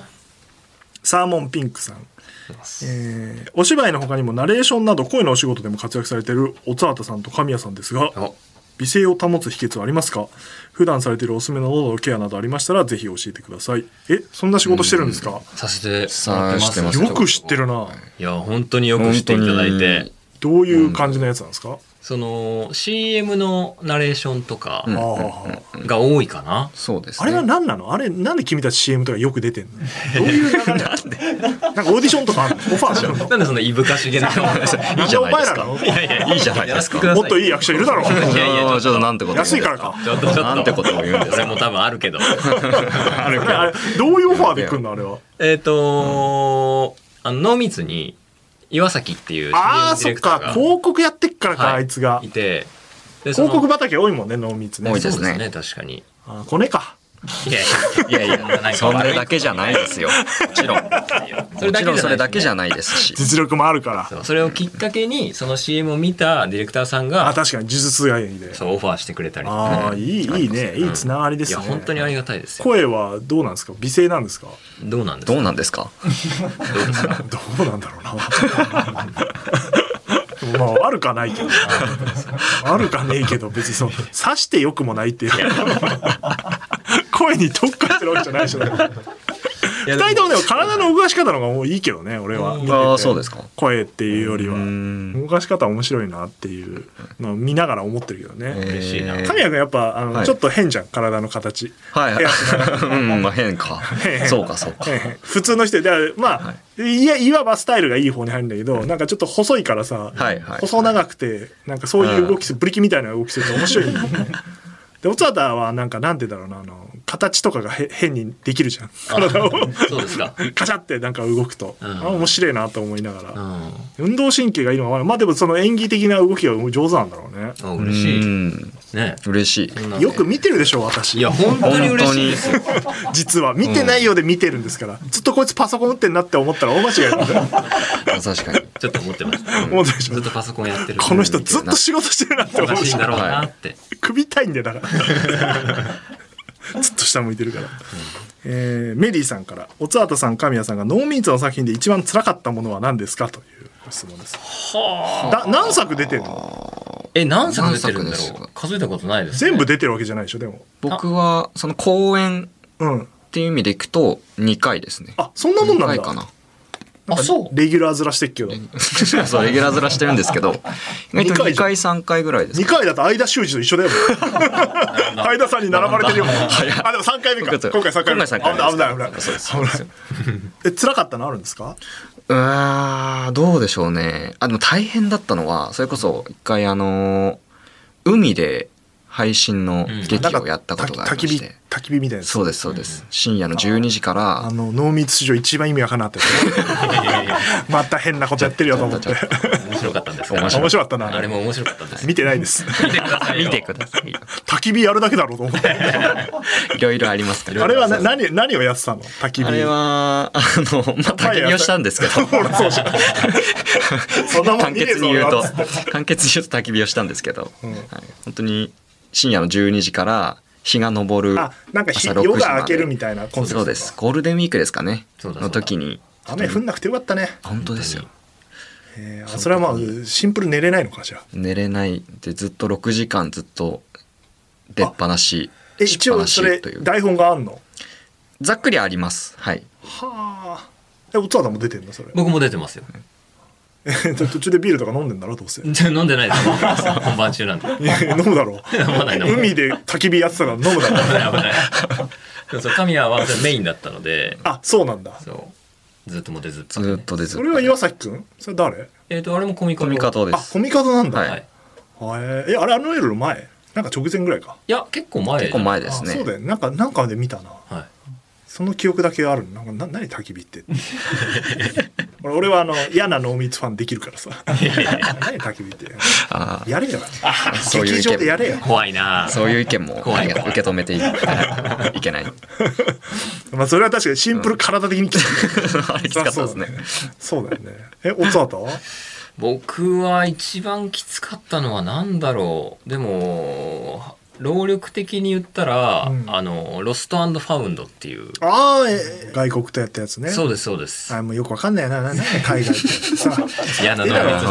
[SPEAKER 1] サーモンピンクさんえーお芝居の他にもナレーションなど声のお仕事でも活躍されている小津畑さんと神谷さんですが
[SPEAKER 2] お
[SPEAKER 1] 美声を保つ秘訣はありますか普段されているおすすめの喉のケアなどありましたらぜひ教えてくださいえそんな仕事してるんですか、
[SPEAKER 2] させてもら
[SPEAKER 3] さ
[SPEAKER 2] っ
[SPEAKER 3] あ
[SPEAKER 2] て
[SPEAKER 3] し
[SPEAKER 2] ます
[SPEAKER 3] てます
[SPEAKER 1] よく知ってるない
[SPEAKER 2] や本当によく知っていただい
[SPEAKER 3] 本当
[SPEAKER 2] て
[SPEAKER 3] に
[SPEAKER 1] どういう感じのやつなんですか、
[SPEAKER 2] その CM のナレーションとか
[SPEAKER 1] あー
[SPEAKER 2] が多いかな、
[SPEAKER 3] そうです
[SPEAKER 1] あれは
[SPEAKER 3] ね。
[SPEAKER 1] 何なのあれなんで君たち CM とかよく出てんのどういう流れなのなんかオーディションとかあるのオファーするの
[SPEAKER 2] なんでそんないぶかしげない
[SPEAKER 1] なんでお前らなの
[SPEAKER 2] やいや
[SPEAKER 3] いいじゃないです
[SPEAKER 2] や
[SPEAKER 3] か
[SPEAKER 2] らせてくださ
[SPEAKER 1] もっといい役者いるだろう
[SPEAKER 2] いやいや
[SPEAKER 3] あーちょっとなんてこと言うんです
[SPEAKER 1] 安いからか
[SPEAKER 2] ちょっとちょっと
[SPEAKER 3] なんてことを言うんですか
[SPEAKER 2] 俺も多分あるけど
[SPEAKER 1] あれあれどういうオファーで来るのあれは
[SPEAKER 2] えっとあの濃密に岩崎っていう CM デ
[SPEAKER 1] ああ
[SPEAKER 2] ィ
[SPEAKER 1] そ
[SPEAKER 2] レ
[SPEAKER 1] っ
[SPEAKER 2] クター
[SPEAKER 1] か
[SPEAKER 2] が
[SPEAKER 1] 広告やってっからか、
[SPEAKER 2] はい
[SPEAKER 1] あいつが
[SPEAKER 2] いてでその
[SPEAKER 1] 広告畑多いもんね濃密ね
[SPEAKER 3] 多い
[SPEAKER 2] そ
[SPEAKER 3] で
[SPEAKER 2] う
[SPEAKER 3] す
[SPEAKER 2] です
[SPEAKER 3] ね
[SPEAKER 2] ね確かに
[SPEAKER 1] あコネか
[SPEAKER 2] いや
[SPEAKER 3] いやい
[SPEAKER 2] なんか
[SPEAKER 3] や、そんなだけじゃないですよ。もちろん。
[SPEAKER 2] それ
[SPEAKER 3] も
[SPEAKER 2] だ
[SPEAKER 3] ち
[SPEAKER 2] けじゃな
[SPEAKER 3] ろ
[SPEAKER 2] んい
[SPEAKER 3] それだけじゃないですし。
[SPEAKER 1] 実力もあるから
[SPEAKER 2] そうそれをきっかけにその CM を見たディレクターさん
[SPEAKER 1] あ
[SPEAKER 2] が
[SPEAKER 1] 確かに呪術がいいで
[SPEAKER 2] そうオファーしてくれたりとかね
[SPEAKER 1] ああいいいいねいいつながりで
[SPEAKER 2] い
[SPEAKER 1] す
[SPEAKER 2] や
[SPEAKER 1] ね
[SPEAKER 2] 本当にありがたいですよ
[SPEAKER 1] 声はどうなんですか美声なんですか
[SPEAKER 2] どうなんですか
[SPEAKER 3] どうなんですか
[SPEAKER 2] どうですか
[SPEAKER 1] どうなんだろうなでもまあ悪かないけどな悪かねえけど別にその刺してよくもないっていう声に特化してるわけじゃないでしょだから
[SPEAKER 2] いや
[SPEAKER 1] 二人ともでも体の動かし方の方がもういいけどね俺は見てて
[SPEAKER 3] ああ、そうですか。
[SPEAKER 1] 声っていうよりは
[SPEAKER 3] うん
[SPEAKER 1] 動かし方面白いなっていうのを見ながら思ってるけどね、
[SPEAKER 2] 嬉しいな
[SPEAKER 3] えー
[SPEAKER 1] 神谷君やっぱあの、
[SPEAKER 3] はい
[SPEAKER 1] ちょっと変じゃん体の形
[SPEAKER 3] はい
[SPEAKER 1] いや
[SPEAKER 3] はい。 うん、まあ 変か。そうか、そうか。
[SPEAKER 1] 変変 普通の人だからまあ、い、やいわばスタイルがいい方に入るんだけどなんかちょっと細いからさ、
[SPEAKER 3] はいはい
[SPEAKER 1] 細長くてなんかそういう動きする、ブリキみたいな動きすると面白いんだよねでオツワタはなんかなんて言うんだろうなあの形とかがへ変にできるじゃん体を
[SPEAKER 2] そうですか
[SPEAKER 1] カチャってなんか動くと、
[SPEAKER 2] うん
[SPEAKER 1] あ面白いなと思いながら、
[SPEAKER 2] うん
[SPEAKER 1] 運動神経がいいのはまあでもその演技的な動きが上手なんだろうね
[SPEAKER 2] あ嬉し
[SPEAKER 3] う
[SPEAKER 2] い
[SPEAKER 3] ん
[SPEAKER 2] ね
[SPEAKER 3] 嬉しい。
[SPEAKER 2] そんな
[SPEAKER 1] よく見てるでしょ私
[SPEAKER 2] いや本当に嬉しいですよ
[SPEAKER 1] 実は見てないようで見てるんですから、ずっとこいつパソコン打ってんなって思ったら大間違いなんだよ
[SPEAKER 3] 確かに。
[SPEAKER 2] ちょっと思ってました
[SPEAKER 1] 思ったでしょ
[SPEAKER 2] ずっとパソコンやってる
[SPEAKER 1] この人ずっと仕事してるなって
[SPEAKER 2] お
[SPEAKER 1] 思う
[SPEAKER 2] かしいんだろう
[SPEAKER 3] は
[SPEAKER 2] ないって
[SPEAKER 1] 首痛いんだよだ からずっと下向いてるから、えーメリーさんから「おつわたさん神谷さんがノーミーツの作品で一番辛かったものは何ですか?」というご質問ですだ何作出てるの
[SPEAKER 2] え何作出てるんだ
[SPEAKER 3] 何作です
[SPEAKER 2] ろう
[SPEAKER 3] か
[SPEAKER 2] 数えたことないですね
[SPEAKER 1] 全部出てるわけじゃないでしょでも
[SPEAKER 3] 僕は、その公演
[SPEAKER 1] うん
[SPEAKER 3] っていう意味でいくと、2回ですね。
[SPEAKER 1] あそんなもん
[SPEAKER 3] 二
[SPEAKER 1] なん
[SPEAKER 3] 回
[SPEAKER 1] だ
[SPEAKER 3] かな。
[SPEAKER 2] あそう
[SPEAKER 1] レギュラーずらしてっけど
[SPEAKER 3] そう、レギュラーずらしてるんですけど、意外と
[SPEAKER 1] 二回
[SPEAKER 3] 2
[SPEAKER 1] じゃん
[SPEAKER 3] 回、3回ぐらいです
[SPEAKER 1] 2回だと相田修二と一緒だよ。 相田さんに並ばれてるよ。あ、でも3回目か。今回3回目。
[SPEAKER 3] 今回三回目です
[SPEAKER 1] 危ない危ない危ない。
[SPEAKER 3] そうですそうです
[SPEAKER 1] え、辛かったのあるんですか
[SPEAKER 3] うわーどうでしょうね。あ、でも大変だったのは、それこそ一回あのー海で配信の劇
[SPEAKER 1] なんか
[SPEAKER 3] をやったことがあり
[SPEAKER 1] 焚
[SPEAKER 3] ま
[SPEAKER 1] き
[SPEAKER 3] し
[SPEAKER 1] 火
[SPEAKER 3] て。、
[SPEAKER 1] 焚き火みたいなやつ。
[SPEAKER 3] そうです、そうです。深夜の12時から
[SPEAKER 1] あ、の、濃密史上一番意味わかんなかったや
[SPEAKER 2] いやいやいや
[SPEAKER 1] つ。 また変なことやってるよと思って
[SPEAKER 3] ちょ。っ
[SPEAKER 2] 面白かったんですから
[SPEAKER 3] 面
[SPEAKER 1] 面白かったな。
[SPEAKER 2] あれも面白かったです
[SPEAKER 1] 見てないです。
[SPEAKER 2] 見てくださいよ
[SPEAKER 3] 見てくださいよ。
[SPEAKER 1] 焚き火やるだけだろうと思って。
[SPEAKER 3] いろいろありますけど。
[SPEAKER 1] あれはな何、何をやってたの焚き火。
[SPEAKER 3] あれは、あの、まあ、焚き火をした んですけど。
[SPEAKER 1] そんなもん
[SPEAKER 3] 簡
[SPEAKER 1] 見ねえ
[SPEAKER 3] 潔
[SPEAKER 1] ぞ
[SPEAKER 3] に
[SPEAKER 1] 俺
[SPEAKER 3] 言う
[SPEAKER 1] は
[SPEAKER 3] と
[SPEAKER 1] つって。
[SPEAKER 3] 簡潔に言うと焚き火をしたんですけど、
[SPEAKER 1] うん
[SPEAKER 3] はい、本当に深夜の12時から日が昇る
[SPEAKER 1] あ、なんか日
[SPEAKER 3] 朝6時
[SPEAKER 1] 夜が
[SPEAKER 3] ま
[SPEAKER 1] 明
[SPEAKER 3] で
[SPEAKER 1] けるみたいなコンセプ
[SPEAKER 3] そ
[SPEAKER 1] ト
[SPEAKER 3] う
[SPEAKER 1] か
[SPEAKER 3] ですゴールデンウィークですかね
[SPEAKER 2] そうだそうだ
[SPEAKER 3] の時に
[SPEAKER 1] 雨降んなくてよかったね。
[SPEAKER 3] 本当ですよ
[SPEAKER 1] えーあそれはまあシンプル寝れないのかじゃあ
[SPEAKER 3] 寝れないでずっと6時間ずっと出っ放し
[SPEAKER 1] え
[SPEAKER 3] し
[SPEAKER 1] 一
[SPEAKER 3] っぱ
[SPEAKER 1] 応
[SPEAKER 3] な
[SPEAKER 1] そ
[SPEAKER 3] し
[SPEAKER 1] れ
[SPEAKER 3] という
[SPEAKER 1] 台本があんの
[SPEAKER 3] ざっくりありますはい
[SPEAKER 1] はあえおつわだも出てんの それ
[SPEAKER 2] 僕も出てますよ
[SPEAKER 1] えーと途中でビールとか飲んでんだろどうせい
[SPEAKER 2] じゃあ飲んでないです本番中なんで
[SPEAKER 1] や 飲むだろ
[SPEAKER 2] 飲まない飲まない
[SPEAKER 1] 海で焚き火やってたから飲むだろ
[SPEAKER 2] 危ない危ないでもそう神谷はメインだったので
[SPEAKER 1] あそうなんだ
[SPEAKER 2] そうずっとモテずっと
[SPEAKER 3] ずっと出ず
[SPEAKER 1] それは岩崎くんそれ誰
[SPEAKER 2] えっ、と、あれもコミカ
[SPEAKER 3] コ
[SPEAKER 2] ド
[SPEAKER 3] ミカドで
[SPEAKER 1] あ
[SPEAKER 3] す
[SPEAKER 1] コミカドなんだ、
[SPEAKER 3] は
[SPEAKER 1] はい
[SPEAKER 2] はい。
[SPEAKER 1] えあれアノエルの前なんか直前ぐらいか
[SPEAKER 2] いや、結構前。
[SPEAKER 3] 結構前です
[SPEAKER 1] あそうだ
[SPEAKER 3] ね
[SPEAKER 1] よねなんかなんかで見たな
[SPEAKER 2] はい。
[SPEAKER 1] その記憶だけあるのなんかな何焚き火って 俺俺はあの嫌な濃密ファンできるからさ 何焚き火って
[SPEAKER 3] あ
[SPEAKER 1] やれよ
[SPEAKER 3] あそういう
[SPEAKER 1] 劇
[SPEAKER 3] 意
[SPEAKER 1] 場でや
[SPEAKER 3] 見
[SPEAKER 1] れよ
[SPEAKER 2] 怖いなぁ
[SPEAKER 3] そういう意見も
[SPEAKER 2] 怖い
[SPEAKER 3] 受け止めてい いけない
[SPEAKER 1] まあそれは確かにシンプル体的にきつい
[SPEAKER 3] あれきつかったですね
[SPEAKER 1] そうだよねえおつわたは
[SPEAKER 2] 僕は一番きつかったのは何だろうでも労力的に言ったら、
[SPEAKER 1] うん
[SPEAKER 2] あのロストファウンドっていう
[SPEAKER 1] ああえ外国とやったやつね
[SPEAKER 2] そうですそうです
[SPEAKER 1] あもうよくわかんないなななんで海外ってさ
[SPEAKER 2] 嫌な濃密フ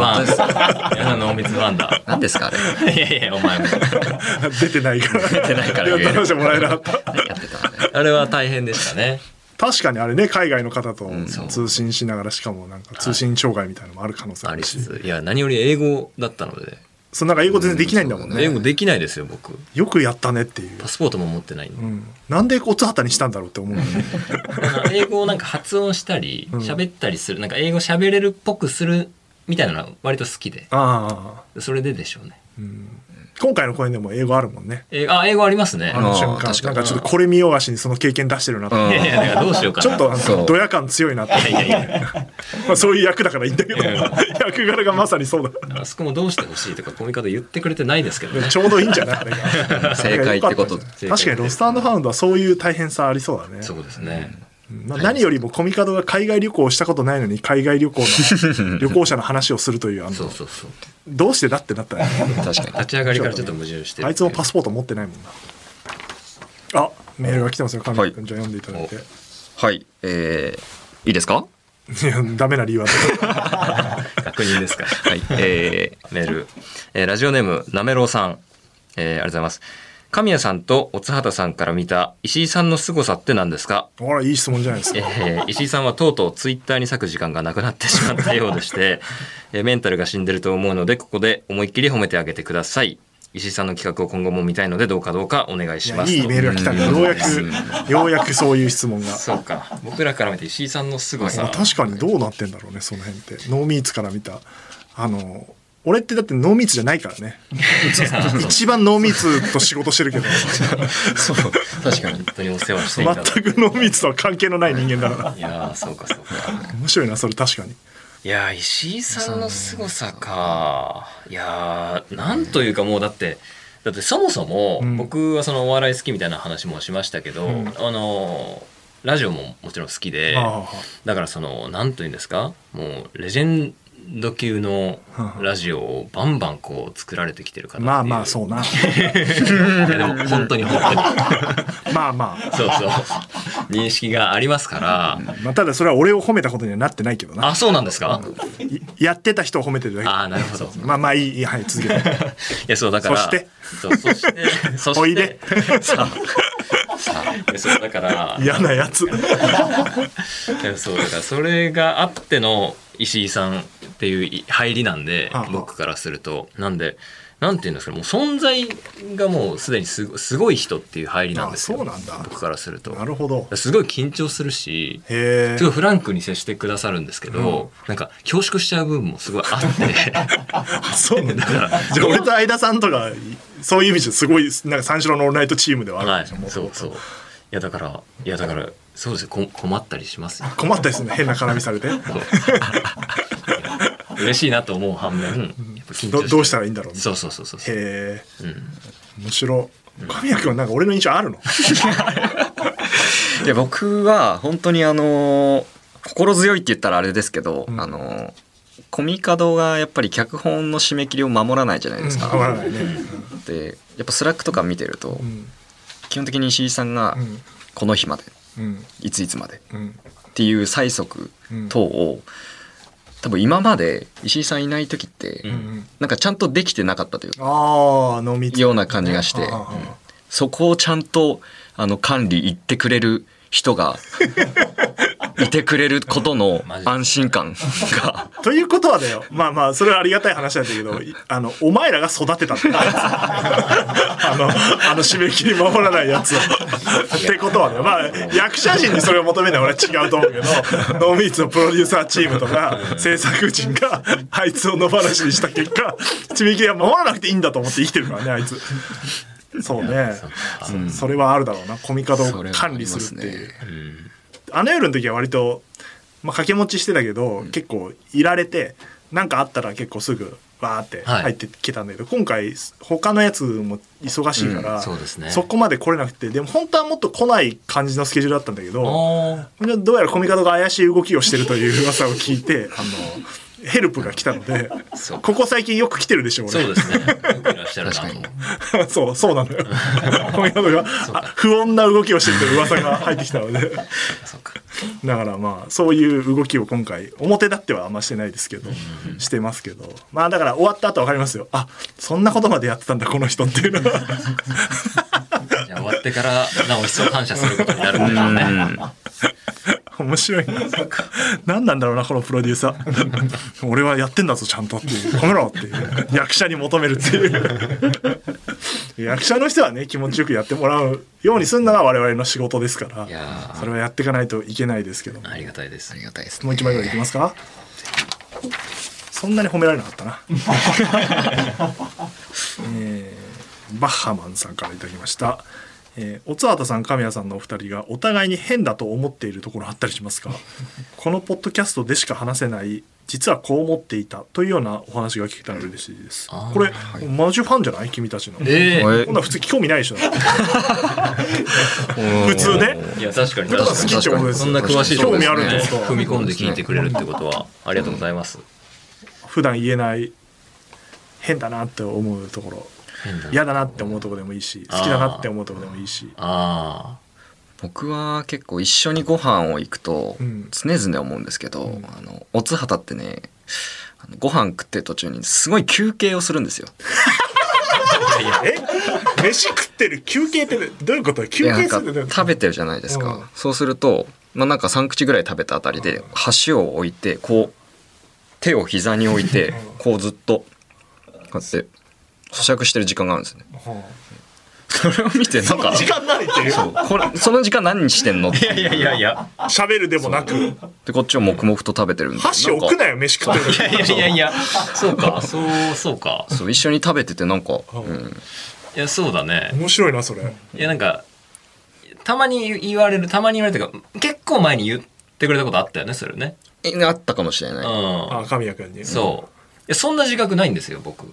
[SPEAKER 2] ァン嫌な濃密ファンだ
[SPEAKER 3] 何ですかあれ
[SPEAKER 2] いやいやお前も
[SPEAKER 1] 出てないから
[SPEAKER 3] 出てないから言える
[SPEAKER 1] 話してもらえなかった
[SPEAKER 3] 何やってたんだよ
[SPEAKER 2] あれは大変でしたね
[SPEAKER 1] 確かにあれね海外の方と
[SPEAKER 3] ん
[SPEAKER 2] そう
[SPEAKER 1] 通信しながらしかもなんか通信障害みたいなのもある可能性
[SPEAKER 2] あ
[SPEAKER 1] あ
[SPEAKER 2] り
[SPEAKER 1] るし、
[SPEAKER 2] つついや何より英語だったので、
[SPEAKER 1] そのなんか英語全然できないんだもんね,、
[SPEAKER 2] 英語できないですよ僕
[SPEAKER 1] よくやったねっていう
[SPEAKER 2] パ、スポートも持ってないんで
[SPEAKER 1] うん、なんでおつはたにしたんだろうって思うよね
[SPEAKER 2] あの英語をなんか発音したり
[SPEAKER 1] うん
[SPEAKER 2] 喋ったりするなんか英語喋れるっぽくするみたいなのは割と好きで
[SPEAKER 1] ああ、
[SPEAKER 2] それででしょうね
[SPEAKER 1] うん、今回の公演でも英語あるもんね
[SPEAKER 2] 英語あ英語ありますね
[SPEAKER 1] あの瞬
[SPEAKER 3] あ
[SPEAKER 1] 間
[SPEAKER 3] あ確
[SPEAKER 1] な
[SPEAKER 3] かに
[SPEAKER 1] んかちょっとこれ見よがしにその経験出してるなと、
[SPEAKER 3] うん
[SPEAKER 2] いやいやだからどうしようかな
[SPEAKER 1] ちょっとなん
[SPEAKER 3] そ
[SPEAKER 1] か
[SPEAKER 3] う
[SPEAKER 1] ドヤ感強いなって
[SPEAKER 2] いやいやい
[SPEAKER 1] まあ、そういう役だからいいんだけど
[SPEAKER 2] いやいや
[SPEAKER 1] 役柄がまさにそうだ
[SPEAKER 2] やあそこもどうしてほしいとかコミカド言ってくれてないですけどね
[SPEAKER 1] ちょうどいいんじゃないあれが
[SPEAKER 3] 正解って
[SPEAKER 1] なんか良かっ
[SPEAKER 3] こと
[SPEAKER 1] たんじゃない確かにロストファウンドはそういう大変さありそうだね
[SPEAKER 2] そうですね
[SPEAKER 1] うんまあ何よりもコミカドが海外旅行をしたことないのに海外旅行の旅行者の話をするというあの
[SPEAKER 2] そうそうそう
[SPEAKER 1] どうしてだってなったら
[SPEAKER 3] 確か
[SPEAKER 2] 立ち上がりからちょっと矛盾してる
[SPEAKER 1] あいつもパスポート持ってないもんなあメールが来てますよ神谷君、
[SPEAKER 3] は
[SPEAKER 1] じゃあ読んでいただいて
[SPEAKER 3] にはいえーいいですか
[SPEAKER 1] いやダメな理由は ね
[SPEAKER 2] 確認ですか
[SPEAKER 3] はい、え
[SPEAKER 2] メール、えーラジオネームなめろうさん、えーありがとうございます神谷さんとおつはたさんから見た石井さんの凄さって何ですか
[SPEAKER 1] あらいい質問じゃないですか
[SPEAKER 2] えー石井さんはとうとうツイッターに割く時間がなくなってしまったようでして、 えーメンタルが死んでると思うのでここで思いっきり褒めてあげてください石井さんの企画を今後も見たいのでどうかどうかお願い
[SPEAKER 1] い
[SPEAKER 2] し
[SPEAKER 1] や
[SPEAKER 2] ます
[SPEAKER 1] いいメールが来たねよ
[SPEAKER 2] と
[SPEAKER 1] うや
[SPEAKER 2] うん
[SPEAKER 1] くようやくそういう質問が
[SPEAKER 2] そうか僕らから見て石井さんの凄
[SPEAKER 1] ま
[SPEAKER 2] さ
[SPEAKER 1] あ確かにどうなってんだろうねその辺ってノーミーツから見たあの俺ってだってノーミーツじゃないから ね一番ノーミーツと仕事してるけど
[SPEAKER 3] そう確かに
[SPEAKER 2] 本当にお世話していただいて
[SPEAKER 1] 全くノーミーツとは関係のない人間だか
[SPEAKER 2] いやーそうかそうから
[SPEAKER 1] 面白いなそれ確かに
[SPEAKER 2] いやー石井さんの凄さかいやーなんというかもうだってだってそもそも
[SPEAKER 1] うん
[SPEAKER 2] 僕はそのお笑い好きみたいな話もしましたけど、
[SPEAKER 1] うん
[SPEAKER 2] あのーラジオももちろん好きで
[SPEAKER 1] あ
[SPEAKER 2] だからその何というんですかもうレジェンド級のラジオをバンバンこう作られてきてる
[SPEAKER 1] あ
[SPEAKER 2] 方ってい
[SPEAKER 1] まあまあそううな
[SPEAKER 2] いやでも本当に本当に
[SPEAKER 1] まあまあ
[SPEAKER 2] そうそう認識がありますから
[SPEAKER 1] まあただそれは俺を褒めたことにはなってないけどな
[SPEAKER 2] あそうなんですか
[SPEAKER 1] いやってた人を褒めてるだけ
[SPEAKER 2] ああなるほど
[SPEAKER 1] まあまあいいいいはい続けて
[SPEAKER 2] いやそうだから
[SPEAKER 1] そして
[SPEAKER 2] そうそ してそして
[SPEAKER 1] おいで
[SPEAKER 2] さあさあいやそうだからい
[SPEAKER 1] 嫌なやつ
[SPEAKER 2] やそうだからそれがあっての石井さんっていうい入りなんで
[SPEAKER 1] ああ
[SPEAKER 2] 僕からするとなんでなんていうんですかもう存在がもうすでにすごすごい人っていう入りなんですよ
[SPEAKER 1] あそうなんだ
[SPEAKER 2] 僕からすると
[SPEAKER 1] なるほど
[SPEAKER 2] すごい緊張するし
[SPEAKER 1] へえ
[SPEAKER 2] すごいフランクに接してくださるんですけど、なんか恐縮しちゃう部分もすごいあって
[SPEAKER 1] そうなんだじゃあ俺と相田さんとかそういう意味ですごいなんか三四郎のオールナイトチームではある
[SPEAKER 2] はい、そうそう。いやだからいやだからそうですよこ困ったり しますよ。
[SPEAKER 1] 困ったりするの変な絡みされて
[SPEAKER 2] 嬉しいなと思う反面、やっぱ緊張
[SPEAKER 1] どどうしたらいいんだろう
[SPEAKER 2] そうそうそうそう。
[SPEAKER 1] へえ
[SPEAKER 2] うん、
[SPEAKER 1] 面白い神谷君はなんか俺の印象あるの
[SPEAKER 3] いや僕は本当にあの心強いって言ったらあれですけど、
[SPEAKER 1] ん
[SPEAKER 3] あのコミカドがやっぱり脚本の締め切りを守らないじゃないです
[SPEAKER 1] 変
[SPEAKER 3] か。
[SPEAKER 1] わらないね
[SPEAKER 3] でやっぱスラックとか見てると、
[SPEAKER 1] うん
[SPEAKER 3] 基本的に石井さんが
[SPEAKER 1] うん
[SPEAKER 3] この日まで
[SPEAKER 1] うん
[SPEAKER 3] いついつまでっ
[SPEAKER 1] うん
[SPEAKER 3] ていう催促
[SPEAKER 1] うん
[SPEAKER 3] 等を多分今まで石井さんいない時って、
[SPEAKER 2] うん
[SPEAKER 1] うん
[SPEAKER 3] なんかちゃんとできてなかったというか
[SPEAKER 1] ああ飲み
[SPEAKER 3] ような感じがして、
[SPEAKER 1] ああああ
[SPEAKER 3] うんそこをちゃんとあの管理行ってくれる人がいてくれることの
[SPEAKER 2] マジで
[SPEAKER 3] 安心感が
[SPEAKER 1] ということはだよ。まあまあ、それはありがたい話なんだけど、いあの、お前らが育てたってこと ですあの、あの締め切り守らないやつを。ってことはね、まあ、役者陣にそれを求めるのは俺は違うと思うけど、ノーミーツのプロデューサーチームとか、制作陣が、あいつを野放しにした結果、締め切りは守らなくていいんだと思って生きてるからね、あいつ。そうね。そそれはあるだろうな。コミカドを
[SPEAKER 3] それはあ
[SPEAKER 1] 管
[SPEAKER 3] り
[SPEAKER 1] 理
[SPEAKER 3] ますす
[SPEAKER 1] るっていう。
[SPEAKER 3] ね。
[SPEAKER 1] あの夜の時は割と、まあ、掛け持ちしてたけど、結構いられて何かあったら結構すぐわーって
[SPEAKER 2] はい
[SPEAKER 1] 入ってきたんだけど、今回他のやつも忙しいから、
[SPEAKER 2] うんそうですね
[SPEAKER 1] こまで来れなくてでも本当はもっと来ない感じのスケジュールだったんだけど
[SPEAKER 2] おー
[SPEAKER 1] どうやらコミカドが怪しい動きをしてるという噂を聞いてあ のヘルプが来たので
[SPEAKER 2] そう
[SPEAKER 1] ここ最近よく来てるでしょ俺
[SPEAKER 2] そうですね。よくいらっしゃるなと
[SPEAKER 3] 確かに。
[SPEAKER 1] そう、そうなの よ。コミカドがあ不穏な動きをしてるという噂が入ってきた ので。だからまあ、そういう動きを今回、表立ってはあんましてないですけど、してますけど。まあだから終わった後わかりますよ。あ、そんなことまでやってたんだ、この人っていうの は。
[SPEAKER 2] じゃあ終わってから、なお一層感謝することになるんでしょうね。
[SPEAKER 1] 面白いな。何なんだろうな、このプロデューサ ー。俺はやってんだぞ、ちゃんとっていう。褒めろっていう。役者に求めるっていう。 役者の人はね、気持ちよくやってもらうようにするのが我々の仕事ですから
[SPEAKER 2] いや、ー
[SPEAKER 1] それはやっていかないといけないですけども。
[SPEAKER 2] ありがたいです
[SPEAKER 3] あ。りがたいですね。
[SPEAKER 1] もう一枚ぐらいいきますかそんなに褒められなかった な。えーバッハマンさんからいただきました。えー、おつわたさん神谷さんのお二人がお互いに変だと思っているところあったりしますかこのポッドキャストでしか話せない実はこう思っていたというようなお話が聞けたら嬉しいです
[SPEAKER 2] あー
[SPEAKER 1] これ、マジファンじゃない君たちのこん
[SPEAKER 2] え
[SPEAKER 3] え
[SPEAKER 1] な普通興味ないでしょ
[SPEAKER 3] 普
[SPEAKER 1] 普通ね
[SPEAKER 2] えいや、確かに
[SPEAKER 1] 普段
[SPEAKER 2] 確
[SPEAKER 1] 好
[SPEAKER 2] か
[SPEAKER 1] き
[SPEAKER 2] に。
[SPEAKER 1] ってことです
[SPEAKER 2] そんな詳しいとこ
[SPEAKER 1] 興
[SPEAKER 2] ろ
[SPEAKER 1] 味ある
[SPEAKER 2] で
[SPEAKER 1] っ
[SPEAKER 2] す
[SPEAKER 1] てこ
[SPEAKER 2] ね
[SPEAKER 1] とは
[SPEAKER 2] 踏み込んで聞いてくれるってことは、ありがとうございます。
[SPEAKER 1] 普段言えない変だなって思うところ
[SPEAKER 2] 変だな
[SPEAKER 1] 嫌だなって思うとこでもいいし好きだなって思うとこでもいいし
[SPEAKER 2] あ
[SPEAKER 3] 僕は結構一緒にご飯を行くと
[SPEAKER 1] うん
[SPEAKER 3] 常々思うんですけど、
[SPEAKER 1] うん
[SPEAKER 3] あのおつはたってねあのご飯食ってる途中にすごい休憩をするんですよ。
[SPEAKER 1] え 飯食ってる休憩ってどういうこと休
[SPEAKER 3] でな
[SPEAKER 1] 憩
[SPEAKER 3] ん
[SPEAKER 1] す
[SPEAKER 3] か
[SPEAKER 1] るって
[SPEAKER 3] 食べてるじゃないです
[SPEAKER 1] うん
[SPEAKER 3] か。そうすると、まあ、なんか3口ぐらい食べたあたりで箸を置いてこう手を膝に置いて
[SPEAKER 1] うん
[SPEAKER 3] こうずっとこうやって咀嚼してる時間があるんです ね。それを見てなんか
[SPEAKER 1] 時間ないっていう
[SPEAKER 3] そうこれその時間何してんのって
[SPEAKER 2] あ。いやいやいや。
[SPEAKER 1] 喋るでもなく
[SPEAKER 3] でこっちを黙々と食べてるんで
[SPEAKER 1] 箸置
[SPEAKER 3] なん
[SPEAKER 1] く
[SPEAKER 3] か
[SPEAKER 1] なよ飯食ってる
[SPEAKER 2] いやいやいや。そうか。そう、そうか。
[SPEAKER 3] そう一緒に食べててなんか、
[SPEAKER 1] うん
[SPEAKER 3] うん、
[SPEAKER 2] いや、そうだね。
[SPEAKER 1] 面白いなそれ
[SPEAKER 2] いやなんかたまに言われるたまに言われるというか結構前に言ってくれたことあったよねそれね
[SPEAKER 3] えあったかもしれ
[SPEAKER 2] う
[SPEAKER 3] ない。
[SPEAKER 2] ん
[SPEAKER 1] あ神谷君に
[SPEAKER 2] そういやそんな自覚ないんですよ僕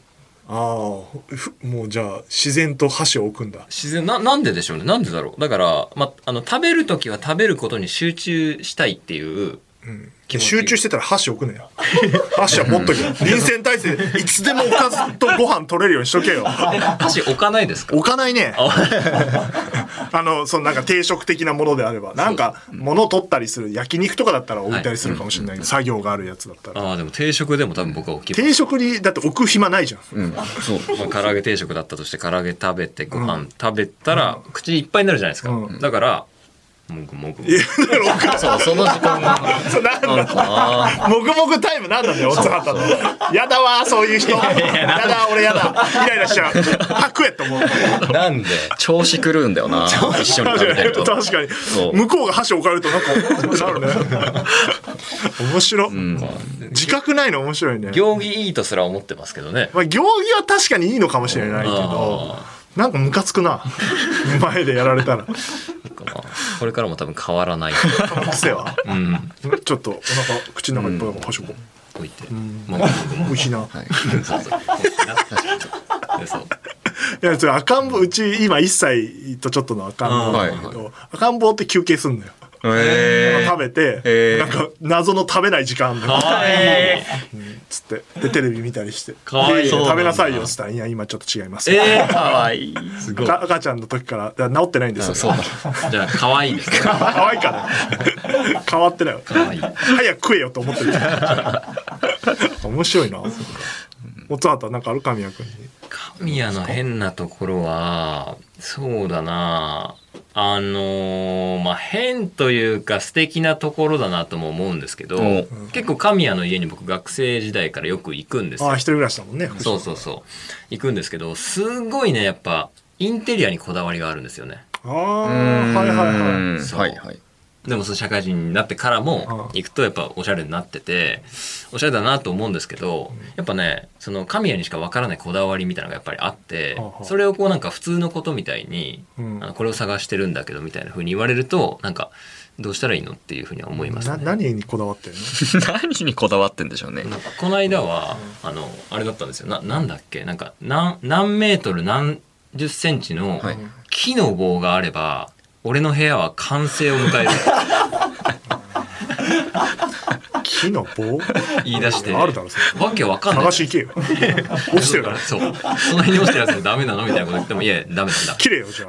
[SPEAKER 1] ああふもうじゃあ自然と箸を置くんだ
[SPEAKER 2] 自然ななんででしょうねなんでだろうだから、ま、あの食べる時は食べることに集中したいっていう
[SPEAKER 1] うん
[SPEAKER 2] 気持ち
[SPEAKER 1] 集中してたら箸置くねよ 箸は持っ とけよ臨戦態勢でいつでもおかずとご飯取れるようにしとけよ
[SPEAKER 2] え箸置かないですか
[SPEAKER 1] 置かないね
[SPEAKER 2] あ
[SPEAKER 1] あの、そのなんか定食的なものであれば、なんか物を取ったりする、焼肉とかだったら置いたりするかもしれないけど、作業があるやつだったら。
[SPEAKER 2] あーでも定食でも多分僕は置き
[SPEAKER 1] 定食に、だって置く暇ないじゃん。
[SPEAKER 3] うん、そう
[SPEAKER 2] まあ、唐揚げ定食だったとして唐揚げ食べてご飯食べたら口いっぱいになるじゃないですか、
[SPEAKER 1] うん
[SPEAKER 2] だからもぐもぐ
[SPEAKER 1] いや、だから置か
[SPEAKER 3] そうその時 間が
[SPEAKER 1] そうなん
[SPEAKER 3] な
[SPEAKER 1] だ。
[SPEAKER 3] んかな
[SPEAKER 1] もぐもぐタイムなんなんだよ、おつはたの。やだわ、そういう人。やだ、俺やだ。イライラしちゃう。はくえと思う。
[SPEAKER 2] なんで
[SPEAKER 3] 調子狂うんだよな一緒に食べてると
[SPEAKER 1] 確かに
[SPEAKER 3] そ。う
[SPEAKER 1] 向こうが箸置かれると、なん か、なるね。面白。
[SPEAKER 3] うん
[SPEAKER 1] 自覚ないの面白いね。
[SPEAKER 2] 行儀いいとすら思ってますけどね
[SPEAKER 1] まあ、行儀は確かにいいのかもしれないけど
[SPEAKER 2] あ、
[SPEAKER 1] なんかムカつく な。前でやられたら。
[SPEAKER 2] まあこれからも多分変わらない。
[SPEAKER 1] 癖は。
[SPEAKER 2] うん。
[SPEAKER 1] ちょっとお腹、口の中いっぱいだから、はしょこ
[SPEAKER 2] 置いて。
[SPEAKER 1] ん
[SPEAKER 2] もう、もうも
[SPEAKER 1] う。
[SPEAKER 2] う
[SPEAKER 1] うひな。い
[SPEAKER 3] はい
[SPEAKER 2] そうそう。でそう。
[SPEAKER 1] や、それ赤ん坊、うち今1歳とちょっとの赤ん坊なんだけど、赤ん坊って休憩すんのよ。
[SPEAKER 3] え
[SPEAKER 1] 食べて、
[SPEAKER 3] へー
[SPEAKER 1] なんか謎の食べない時間だ
[SPEAKER 2] かわいい。
[SPEAKER 1] つって、で、テレビ見たりして、
[SPEAKER 2] かわい
[SPEAKER 1] で
[SPEAKER 2] そうなんだ
[SPEAKER 1] 食べなさいよ、つったら、いや、今ちょっと違います。
[SPEAKER 2] えー、かわいい。すごい。
[SPEAKER 1] 赤赤ちゃんの時から、だから治ってないんですよ。
[SPEAKER 3] そうだ
[SPEAKER 2] じゃあ、かわいいですね。か
[SPEAKER 1] 可愛いから。変わってないよ。
[SPEAKER 2] わいい。
[SPEAKER 1] 早く食えよと思ってる面白いなおつはたなんかある神谷君に
[SPEAKER 2] 神谷の変なところは、そうだなあのーまあ変というか素敵なところだなとも思うんですけど
[SPEAKER 3] お
[SPEAKER 2] 結構神谷の家に僕学生時代からよく行くんです
[SPEAKER 1] ああ
[SPEAKER 2] よ
[SPEAKER 1] 一人暮らしだもんね
[SPEAKER 2] そうそうそう行くんですけどすごいねやっぱインテリアにこだわりがあるんですよね
[SPEAKER 1] ああはいはいはい
[SPEAKER 3] い
[SPEAKER 2] そう
[SPEAKER 3] はいはい。
[SPEAKER 2] でもその社会人になってからも
[SPEAKER 1] あ
[SPEAKER 2] 行くとやっぱおしゃれになってておしゃれだなと思うんですけどやっぱねその神谷にしかわからないこだわりみたいなのがやっぱりあって
[SPEAKER 1] はあはあ
[SPEAKER 2] それをこうなんか普通のことみたいに
[SPEAKER 1] うん
[SPEAKER 2] あのこれを探してるんだけどみたいな風に言われるとなんかどうしたらいいのっていう風には思います
[SPEAKER 1] な
[SPEAKER 2] ね。
[SPEAKER 1] 何にこだわってるの
[SPEAKER 3] 何にこだわってんでしょうね。
[SPEAKER 2] なんかこの間はあのあれだったんですよななんだっけなんか何何メートル何十センチの
[SPEAKER 3] はい
[SPEAKER 2] 木の棒があれば俺の部屋は完成を迎える
[SPEAKER 1] 木の棒
[SPEAKER 2] 言い出し て
[SPEAKER 1] あるだろそれ
[SPEAKER 2] わけわかんない
[SPEAKER 1] 探し行けよ落ちてる から
[SPEAKER 2] そうその辺に落ちてるやつもダメなのみたいなこと言ってもいやダメなんだ
[SPEAKER 1] 綺麗よじゃ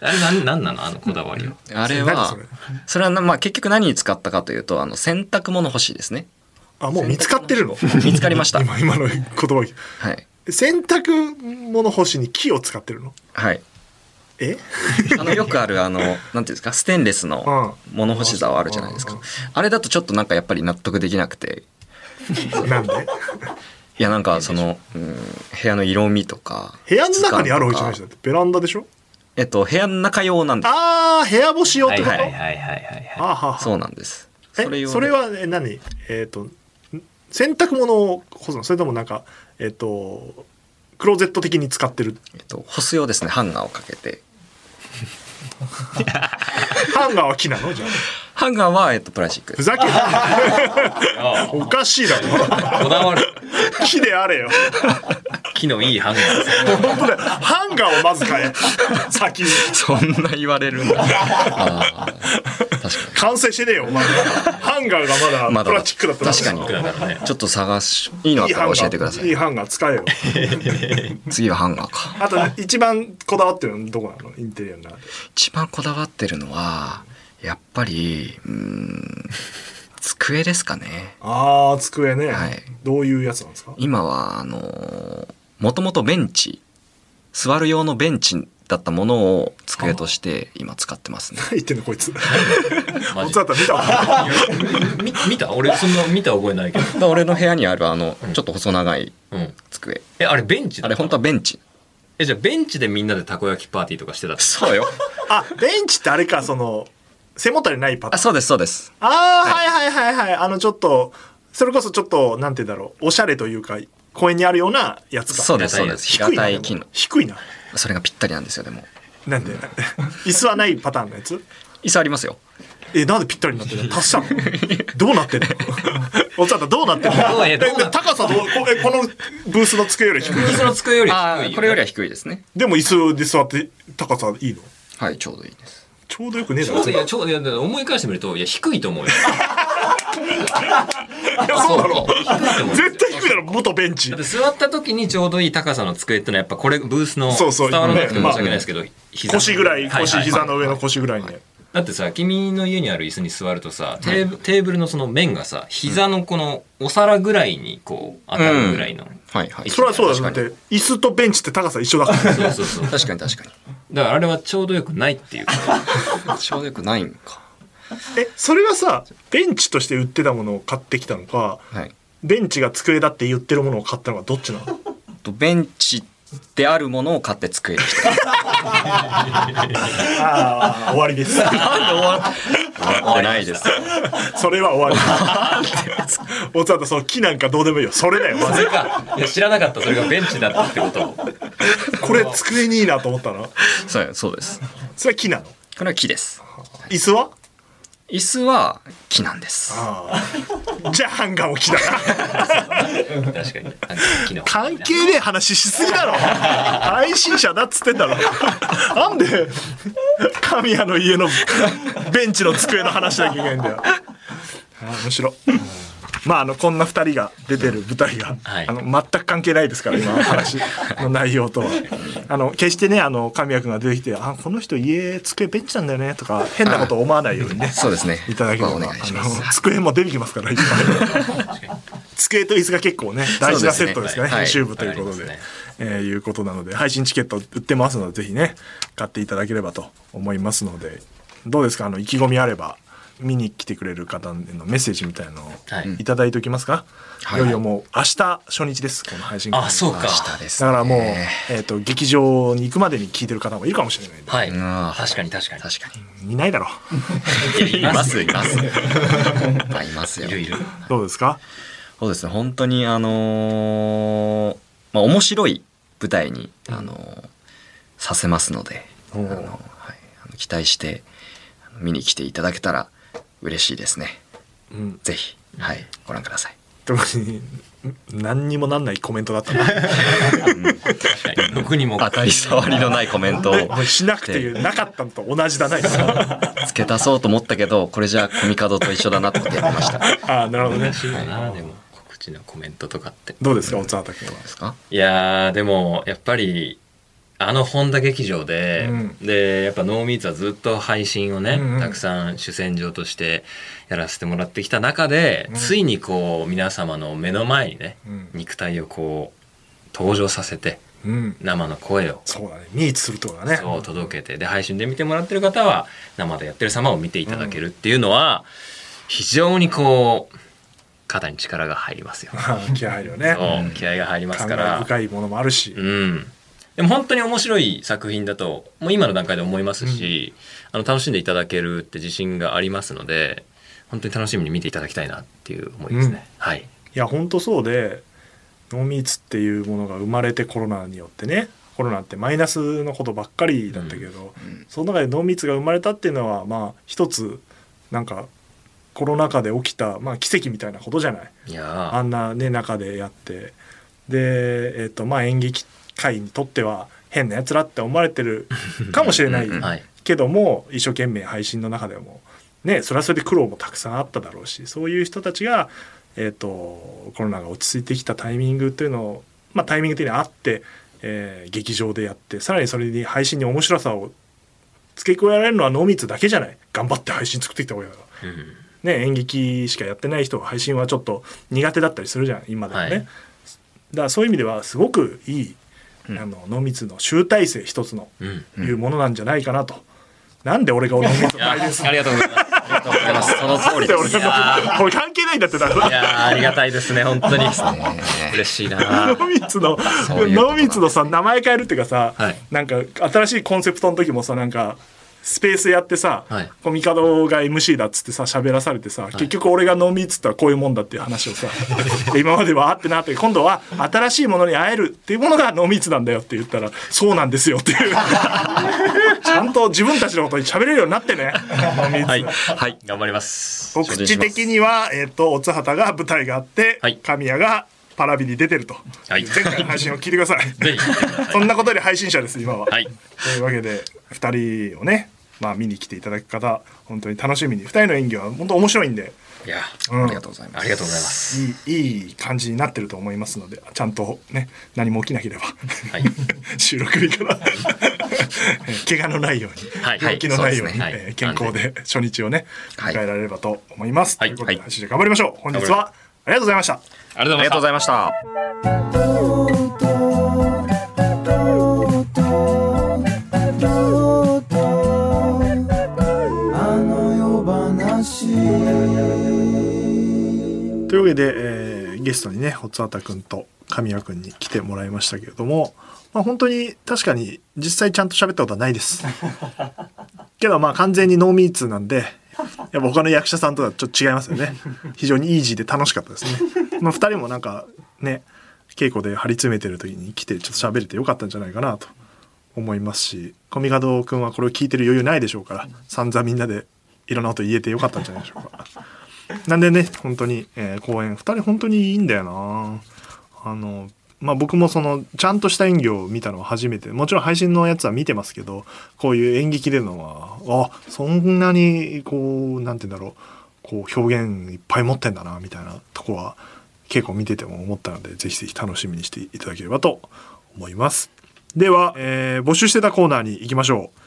[SPEAKER 2] あれなんなんなのあのこだわりは
[SPEAKER 3] あれ
[SPEAKER 1] 何
[SPEAKER 3] は
[SPEAKER 1] それ、
[SPEAKER 3] それはな、まあ結局何に使ったかというと、あの、洗濯物干しですね。
[SPEAKER 1] ああもう見つかってるの
[SPEAKER 3] 見つかりました。
[SPEAKER 1] 今今の言葉
[SPEAKER 3] はい。
[SPEAKER 1] 洗濯物干しに木を使ってるの
[SPEAKER 3] はい。
[SPEAKER 1] え
[SPEAKER 3] あ の、よくある、あの、なんていうんですか、ステンレスの物干し竿あるじゃないです
[SPEAKER 1] う
[SPEAKER 3] か
[SPEAKER 1] ん。
[SPEAKER 3] あれだとちょっとなんかやっぱり納得できなくて、
[SPEAKER 1] なんで
[SPEAKER 3] いやなんかその、うん、部屋の色味とか。
[SPEAKER 1] 部屋の中にあるわけじゃない
[SPEAKER 3] 質
[SPEAKER 1] しだ
[SPEAKER 3] 感
[SPEAKER 1] っ
[SPEAKER 3] とか
[SPEAKER 1] てベランダでしょ
[SPEAKER 3] えっと、部屋の中用なんです。
[SPEAKER 1] ああ部屋干し用っ
[SPEAKER 2] は
[SPEAKER 1] て
[SPEAKER 2] い
[SPEAKER 1] こと、
[SPEAKER 2] はいはい
[SPEAKER 1] あ
[SPEAKER 2] はいはい
[SPEAKER 1] あ
[SPEAKER 2] は
[SPEAKER 1] はは
[SPEAKER 3] そうなんです。
[SPEAKER 1] え
[SPEAKER 3] それ用で
[SPEAKER 1] それはえ何えっ、とん洗濯物を干すのそれともなんかえっ、とクローゼット的に使ってる
[SPEAKER 3] えっと、干す用ですね、ハンガーをかけて。
[SPEAKER 1] ハンガーは木なのじゃあ
[SPEAKER 3] ハンガーは、えっと、プラスチックで
[SPEAKER 1] ふ
[SPEAKER 3] す。
[SPEAKER 1] ざけんない
[SPEAKER 2] あ
[SPEAKER 1] おかしいだろ
[SPEAKER 2] あこだわる
[SPEAKER 1] 木であれよ
[SPEAKER 2] 木のいいハンガーですね
[SPEAKER 1] 本当だよハンガーをまず買え先に
[SPEAKER 3] そんな言われるんだ。あー確か
[SPEAKER 1] 完成してねえよお前ハンガーが
[SPEAKER 3] に。
[SPEAKER 1] ま
[SPEAKER 3] ま
[SPEAKER 1] だ
[SPEAKER 3] だ
[SPEAKER 1] プラスチックだったら
[SPEAKER 3] 確か
[SPEAKER 2] 僕らからね
[SPEAKER 3] に。ちょっと探し、いいのあ
[SPEAKER 1] い
[SPEAKER 3] っ
[SPEAKER 1] い
[SPEAKER 3] た
[SPEAKER 1] ハン
[SPEAKER 3] ら
[SPEAKER 1] ガー
[SPEAKER 3] 教えてくださ
[SPEAKER 1] いい
[SPEAKER 3] い。
[SPEAKER 1] ハンガー使えよ
[SPEAKER 3] 次はハンガーか。
[SPEAKER 1] あと ね一番こだわってるのどこなのインテリアの中で
[SPEAKER 3] 一番こだわってるのは、やっぱり、うーん、机ですかね。
[SPEAKER 1] ああ机ね、
[SPEAKER 3] はい
[SPEAKER 1] どういうやつなんですか
[SPEAKER 3] 今は、あのもともとベンチ、座る用のベンチだったものを机として今使ってますね。
[SPEAKER 1] 言ってんのこいつ
[SPEAKER 2] マ
[SPEAKER 1] 本
[SPEAKER 2] ジ
[SPEAKER 1] 当だったら見たことない
[SPEAKER 2] み見た俺そんな見た覚えないけど
[SPEAKER 3] だから俺の部屋にあるあの、ちょっと細長い
[SPEAKER 2] うん
[SPEAKER 3] 机。
[SPEAKER 2] えあれベンチだ
[SPEAKER 3] あれ本当はベンチ。
[SPEAKER 2] えじゃあベンチでみんなでたこ焼きパーティーとかしてた
[SPEAKER 3] そうよ。
[SPEAKER 1] あベンチってあれかその背もたれないパタ ーン
[SPEAKER 3] あ、そうです、そうです。
[SPEAKER 1] ああーはいはいはいはいあのちょっとそれこそちょっとなんて言うんだろうおしゃれというか公園にあるようなやつか
[SPEAKER 3] そうです、そう
[SPEAKER 2] 平たいや
[SPEAKER 3] で
[SPEAKER 2] つ
[SPEAKER 3] す。
[SPEAKER 1] 低
[SPEAKER 3] 平
[SPEAKER 1] いな
[SPEAKER 3] た
[SPEAKER 1] で
[SPEAKER 3] い
[SPEAKER 1] も
[SPEAKER 3] 機能。
[SPEAKER 1] 低いな
[SPEAKER 3] それがぴったりなんですよ、でも。
[SPEAKER 1] なんでなんで椅子はないパターンのやつ
[SPEAKER 3] 椅子ありますよ。
[SPEAKER 1] えなんでぴったりになってるの足したのどうなってんのおっさんどうなってん
[SPEAKER 2] どう
[SPEAKER 1] の
[SPEAKER 2] い
[SPEAKER 1] え
[SPEAKER 2] やどうな
[SPEAKER 1] で高さどうこえこのブースの机より低い
[SPEAKER 2] 椅子の机より低いよ
[SPEAKER 3] あ
[SPEAKER 2] ね、
[SPEAKER 3] あ、これよりは低いですね。
[SPEAKER 1] でも椅子で座って高さいいの
[SPEAKER 3] はい、ちょうどいいです。
[SPEAKER 1] ちょうどよくねえ
[SPEAKER 2] ち
[SPEAKER 1] だ
[SPEAKER 2] ょ
[SPEAKER 1] ろ
[SPEAKER 2] うどいやちょうどいや思い返してみるといや低いと思うよ
[SPEAKER 1] いや そうだろ
[SPEAKER 2] 低いと思う
[SPEAKER 1] 絶対低いだろ元ベンチ
[SPEAKER 2] だって座った時にちょうどいい高さの机ってのはやっぱこれブースの
[SPEAKER 1] そうそう
[SPEAKER 2] 伝わらなくて申し
[SPEAKER 1] まあ
[SPEAKER 2] 訳ないですけど、膝の
[SPEAKER 1] 腰ぐらい
[SPEAKER 2] はは
[SPEAKER 1] 腰
[SPEAKER 2] は
[SPEAKER 1] 膝の上の腰ぐらいに
[SPEAKER 2] だってさ君の家にある椅子に座るとさテーブテーブルのその面がさ膝のこのお皿ぐらいにこう当たるぐらいの、
[SPEAKER 3] はい、はい。
[SPEAKER 1] それはそうだよだっ
[SPEAKER 3] 確かに
[SPEAKER 1] て椅子とベンチって高さ一緒だ から
[SPEAKER 2] そうそうそう
[SPEAKER 3] 確かに、確か
[SPEAKER 2] だからあれはちょうどよくないっていう
[SPEAKER 3] に。ちょうどよくないんか。
[SPEAKER 1] えそれはさベンチとして売ってたものを買ってきたのか
[SPEAKER 3] はい。
[SPEAKER 1] ベンチが机だって言ってるものを買ったのかどっちなの
[SPEAKER 3] と、ベンチであるものを買って机 にした。
[SPEAKER 1] ああ終わりです
[SPEAKER 3] 終わってないです。
[SPEAKER 1] それは終わりですおつわたその木なんかどうでもいいよそれだよま
[SPEAKER 2] そ
[SPEAKER 1] ず
[SPEAKER 2] れかいや知らなかったそれがベンチだったってことを
[SPEAKER 1] これ机にいいなと思ったの
[SPEAKER 3] そう、そうです。
[SPEAKER 1] それは木なの
[SPEAKER 3] これは木です。
[SPEAKER 1] 椅子は
[SPEAKER 3] 椅子は木なんです。
[SPEAKER 1] ああじゃあハンガーも木だな
[SPEAKER 2] 確かにあの昨日
[SPEAKER 1] 関係ねえ話しすぎだろ配信者だっつってんだろなんで神谷の家のベンチの机の話だけいけないんだよあー面白まああのこんな2人が出てる舞台が、
[SPEAKER 2] はい
[SPEAKER 1] あの全く関係ないですから今の話の内容とはあの決してねあの神谷君が出てきて「あこの人家机ベンチなんだよね」とか変なことを思わないようにね
[SPEAKER 3] そうですね。
[SPEAKER 1] いただければ
[SPEAKER 3] ここはお願いしま
[SPEAKER 1] あ
[SPEAKER 3] す
[SPEAKER 1] の。机も出てきますからいっぱい机と椅子が結構ね大事なセットですかね
[SPEAKER 3] そうですね
[SPEAKER 1] 編集
[SPEAKER 3] はい
[SPEAKER 1] 部ということで
[SPEAKER 2] はい
[SPEAKER 1] えーいうことなので配信チケット売ってますのでぜひね買っていただければと思いますのでどうですかあの意気込みあれば見に来てくれる方へのメッセージみたいのを
[SPEAKER 2] はい
[SPEAKER 1] いただいておきますか、
[SPEAKER 3] は
[SPEAKER 1] い
[SPEAKER 3] い
[SPEAKER 1] よいよもう明日初日ですこの配信会
[SPEAKER 2] あそうか
[SPEAKER 3] 明日です、
[SPEAKER 1] だ
[SPEAKER 3] ね。
[SPEAKER 1] からもう、えー、と劇場に行くまでに聞いてる方もいるかもしれないんで、
[SPEAKER 2] はい。
[SPEAKER 3] うん
[SPEAKER 2] 確かに確かに。
[SPEAKER 3] 確かに。
[SPEAKER 1] い、ないだろう
[SPEAKER 2] いやいます、います。
[SPEAKER 3] いっぱいいます
[SPEAKER 2] い
[SPEAKER 3] よ。
[SPEAKER 2] るいる。
[SPEAKER 1] どうですか
[SPEAKER 3] そうですね本当にあのーまあ、面白い舞台に、あのーさせますので、
[SPEAKER 1] おー
[SPEAKER 3] あのはい、あの期待してあの見に来ていただけたら嬉しいですね
[SPEAKER 1] うん
[SPEAKER 3] ぜひ、はい、ご覧ください
[SPEAKER 1] 特に何にもなんないコメントだった な
[SPEAKER 2] 確かに。僕にも。
[SPEAKER 3] 当たり障りのないコメントを
[SPEAKER 1] もうしなくていうなかったのと同じだ な今
[SPEAKER 3] 付け足そうと思ったけどこれじゃコミカドと一緒だなってことやりま したで
[SPEAKER 1] ああなるほどね
[SPEAKER 2] 難しいよな、でも。告知のコメントとかって。
[SPEAKER 1] どうですか小沢君は
[SPEAKER 3] すか
[SPEAKER 2] いやーでもやっぱりあの本田劇場で、
[SPEAKER 1] う
[SPEAKER 2] でやっぱノーミーツはずっと配信をね、
[SPEAKER 1] うんうん
[SPEAKER 2] たくさん主戦場としてやらせてもらってきた中で、
[SPEAKER 1] うん
[SPEAKER 2] ついにこう皆様の目の前にね、
[SPEAKER 1] うん
[SPEAKER 2] 肉体をこう登場させて
[SPEAKER 1] うん
[SPEAKER 2] 生の声を
[SPEAKER 1] そうだねミーツするとこだね
[SPEAKER 2] そう届けてで配信で見てもらってる方は生でやってる様を見ていただけるっていうのは、非常にこう肩に力が入りますよ。
[SPEAKER 1] ああ 気合入るよね
[SPEAKER 2] そう気合が入ります
[SPEAKER 1] 感
[SPEAKER 2] から
[SPEAKER 1] 慨深いものもあるし、
[SPEAKER 2] うん。でも本当に面白い作品だと、もう今の段階で思いますし、あの、楽しんでいただけるって自信がありますので、本当に楽しみに見ていただきたいなっていう思いですね。は
[SPEAKER 1] い
[SPEAKER 2] い。
[SPEAKER 1] や本当そうでノーミーツっていうものが生まれてコロナによってねコロナってマイナスのことばっかりだったけど、その中でノーミーツが生まれたっていうのはまあ一つなんかコロナ禍で起きた、まあ、奇跡みたいなことじゃない
[SPEAKER 2] い
[SPEAKER 1] あ
[SPEAKER 2] や
[SPEAKER 1] んなね中でやってで、えっとまあ、演劇界にとっては変なやつらって思われて るかもしれない
[SPEAKER 3] うんうん
[SPEAKER 2] ーはい。
[SPEAKER 1] けども一生懸命配信の中でもねそれはそれで苦労もたくさんあっただろうしそういう人たちが、えー、とコロナが落ち着いてきたタイミングというのを、まあ、タイミング的にあって、えー劇場でやってさらにそれに配信に面白さを付け加えられるのは濃密だけじゃない頑張って配信作ってきた方がいいだろ
[SPEAKER 2] うん
[SPEAKER 1] ね、演劇しかやってない人は配信はちょっと苦手だったりするじゃん今でもね、
[SPEAKER 2] はい
[SPEAKER 1] だからそういう意味ではすごくいい、
[SPEAKER 3] うん
[SPEAKER 1] あの濃密の集大成一つの
[SPEAKER 2] うん。
[SPEAKER 3] うん
[SPEAKER 1] いうものなんじゃないかなと。なんで俺が俺の
[SPEAKER 2] いやーありがとうございます。ありがとうございます。その
[SPEAKER 1] な
[SPEAKER 2] 通
[SPEAKER 1] ん
[SPEAKER 2] り
[SPEAKER 1] で
[SPEAKER 2] で
[SPEAKER 1] 俺
[SPEAKER 2] す。い
[SPEAKER 1] の
[SPEAKER 2] や
[SPEAKER 1] これ関係ないんだってだか
[SPEAKER 2] ーいやーありがたいですね、本当に。
[SPEAKER 3] ね
[SPEAKER 2] 嬉し いな。
[SPEAKER 1] 濃密の
[SPEAKER 3] ういうこと
[SPEAKER 1] 濃密のさ名前変えるっていうかさ、
[SPEAKER 2] はい
[SPEAKER 1] なんか新しいコンセプトの時もさなんかスペースやってさ、
[SPEAKER 2] はい
[SPEAKER 1] コミカドが MC だっつってさ喋らされてさ、結局俺がノーミーツってはこういうもんだっていう話を さで今まではあってなって今度は新しいものに会えるっていうものがノーミーツなんだよって言ったらそうなんですよって いうちゃんと自分たちのことに喋れるようになってねノーミーツ
[SPEAKER 2] はい。
[SPEAKER 3] はい
[SPEAKER 2] 頑張ります。
[SPEAKER 1] 告知的には、えっ、と、おつはたが舞台があって、
[SPEAKER 2] はい
[SPEAKER 1] 神谷がパラビに出てると。
[SPEAKER 2] はい
[SPEAKER 1] 前回の配信を聞いてください。
[SPEAKER 2] ぜひ。
[SPEAKER 1] そんなことより配信者です、今は。
[SPEAKER 2] はい。
[SPEAKER 1] というわけで、二人をね、まあ見に来ていただく方、本当に楽しみに。二人の演技は本当面白いんで、
[SPEAKER 2] いや
[SPEAKER 1] うん
[SPEAKER 3] ありがとうございま
[SPEAKER 2] あ
[SPEAKER 3] す
[SPEAKER 2] りがとうございます。
[SPEAKER 1] いい、いい感じになってると思いますので、ちゃんとね、何も起きなければ、
[SPEAKER 2] はい。
[SPEAKER 1] 収録日からえー怪我のないように、
[SPEAKER 2] はい
[SPEAKER 1] 病気のないように、
[SPEAKER 2] はいそうですね
[SPEAKER 1] えー健康で初日をね
[SPEAKER 3] は
[SPEAKER 1] 迎
[SPEAKER 3] い
[SPEAKER 1] えられればと思います。
[SPEAKER 2] はい
[SPEAKER 1] ということで、
[SPEAKER 3] はい
[SPEAKER 1] 配信で頑張りましょう。本日はありがとうございました。
[SPEAKER 2] ありがとうござ
[SPEAKER 3] あり
[SPEAKER 2] い
[SPEAKER 3] がとう
[SPEAKER 2] ま
[SPEAKER 3] ご
[SPEAKER 2] した
[SPEAKER 3] ざいました
[SPEAKER 4] あの夜話
[SPEAKER 1] というわけで、えーゲストにねホツアタ君と神谷君に来てもらいましたけれども、まあ、本当に確かに実際ちゃんと喋ったことはないですけどまあ完全にノーミーツなんでやっぱ他の役者さんとはちょっと違いますよね非常にイージーで楽しかったですね、まあ、2人もなんかね稽古で張り詰めてる時に来てちょっと喋れてよかったんじゃないかなと思いますし小見門君はこれを聞いてる余裕ないでしょうから散々みんなでいろんなこと言えてよかったんじゃないでしょうかなんでね、本当に、えー公演、二人本当にいいんだよなあの、まあ、僕もその、ちゃんとした演技を見たのは初めて、もちろん配信のやつは見てますけど、こういう演劇でのは、あ、そんなに、こう、なんて言うんだろう、こう、表現いっぱい持ってんだなみたいなとこは、結構見てても思ったので、ぜひぜひ楽しみにしていただければと思います。では、えー募集してたコーナーに行きましょう。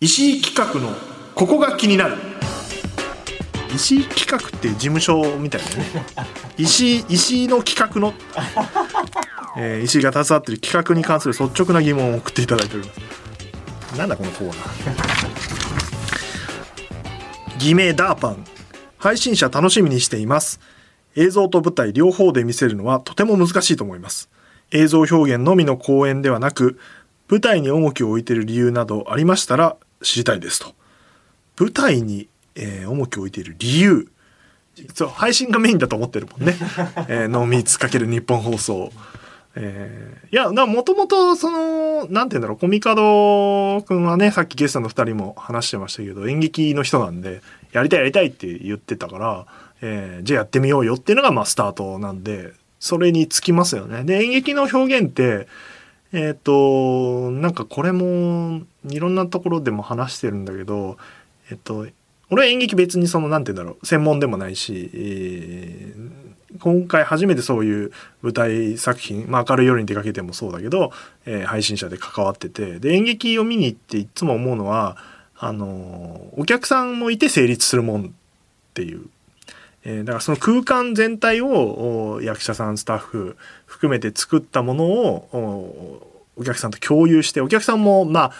[SPEAKER 1] 石井企画の、ここが気になる。石井企画っていう事務所みたいなね石井石井の企画のえー石井が携わっている企画に関する率直な疑問を送っていただいておりますなんだこのコーナー偽名ダーパン配信者楽しみにしています映像と舞台両方で見せるのはとても難しいと思います映像表現のみの公演ではなく舞台に重きを置いている理由などありましたら知りたいですと舞台に、えー重きを置いている理由そう配信がメインだと思ってるもんね「えー、ノーミーツ×日本放送」えーいやもともとそのなんて言うんだろうコミカドくんはねさっきゲストの2人も話してましたけど演劇の人なんでやりたいやりたいって言ってたから、えーじゃあやってみようよっていうのがまあスタートなんでそれにつきますよね。で演劇の表現ってえっ、となんかこれもいろんなところでも話してるんだけどえっと俺は演劇別にそのなんて言うんだろう専門でもないし、えー今回初めてそういう舞台作品、まあ、明るい夜に出かけてもそうだけど、えー配信者で関わっててで演劇を見に行っていつも思うのはあのーお客さんもいて成立するもんっていうえーだからその空間全体をお役者さんスタッフ含めて作ったものをおお客さんと共有してお客さんもまあ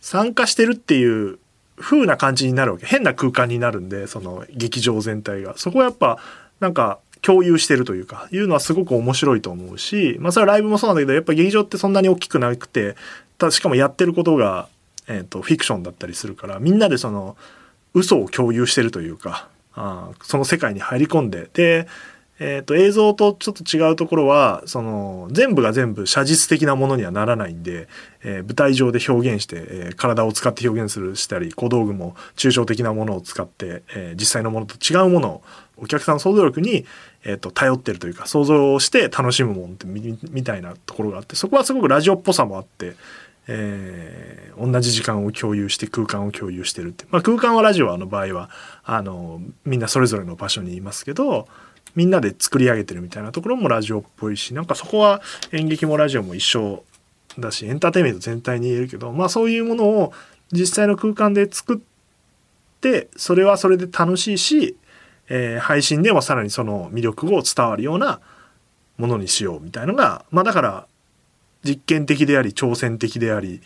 [SPEAKER 1] 参加してるっていう風な感じになるわけ変な空間になるんでその劇場全体がそこはやっぱなんか共有してるというかいうのはすごく面白いと思うし、まあ、それはライブもそうなんだけどやっぱ劇場ってそんなに大きくなくてたしかもやってることが、えー、とフィクションだったりするからみんなでその嘘を共有してるというかあーその世界に入り込んでで、えー、と映像とちょっと違うところはその全部が全部写実的なものにはならないんで、えー舞台上で表現して、えー体を使って表現するしたり小道具も抽象的なものを使って、えー実際のものと違うものをお客さんの想像力に、えー、と頼ってるというか想像して楽しむもんってみみたいなところがあってそこはすごくラジオっぽさもあって。えー同じ時間を共有して空間を共有してるって、まあ、空間はラジオの場合はあのみんなそれぞれの場所にいますけどみんなで作り上げてるみたいなところもラジオっぽいしなんかそこは演劇もラジオも一緒だしエンターテインメント全体に言えるけど、まあ、そういうものを実際の空間で作ってそれはそれで楽しいし、えー配信でもさらにその魅力を伝わるようなものにしようみたいのが、まあ、だから実験的であり挑戦的であり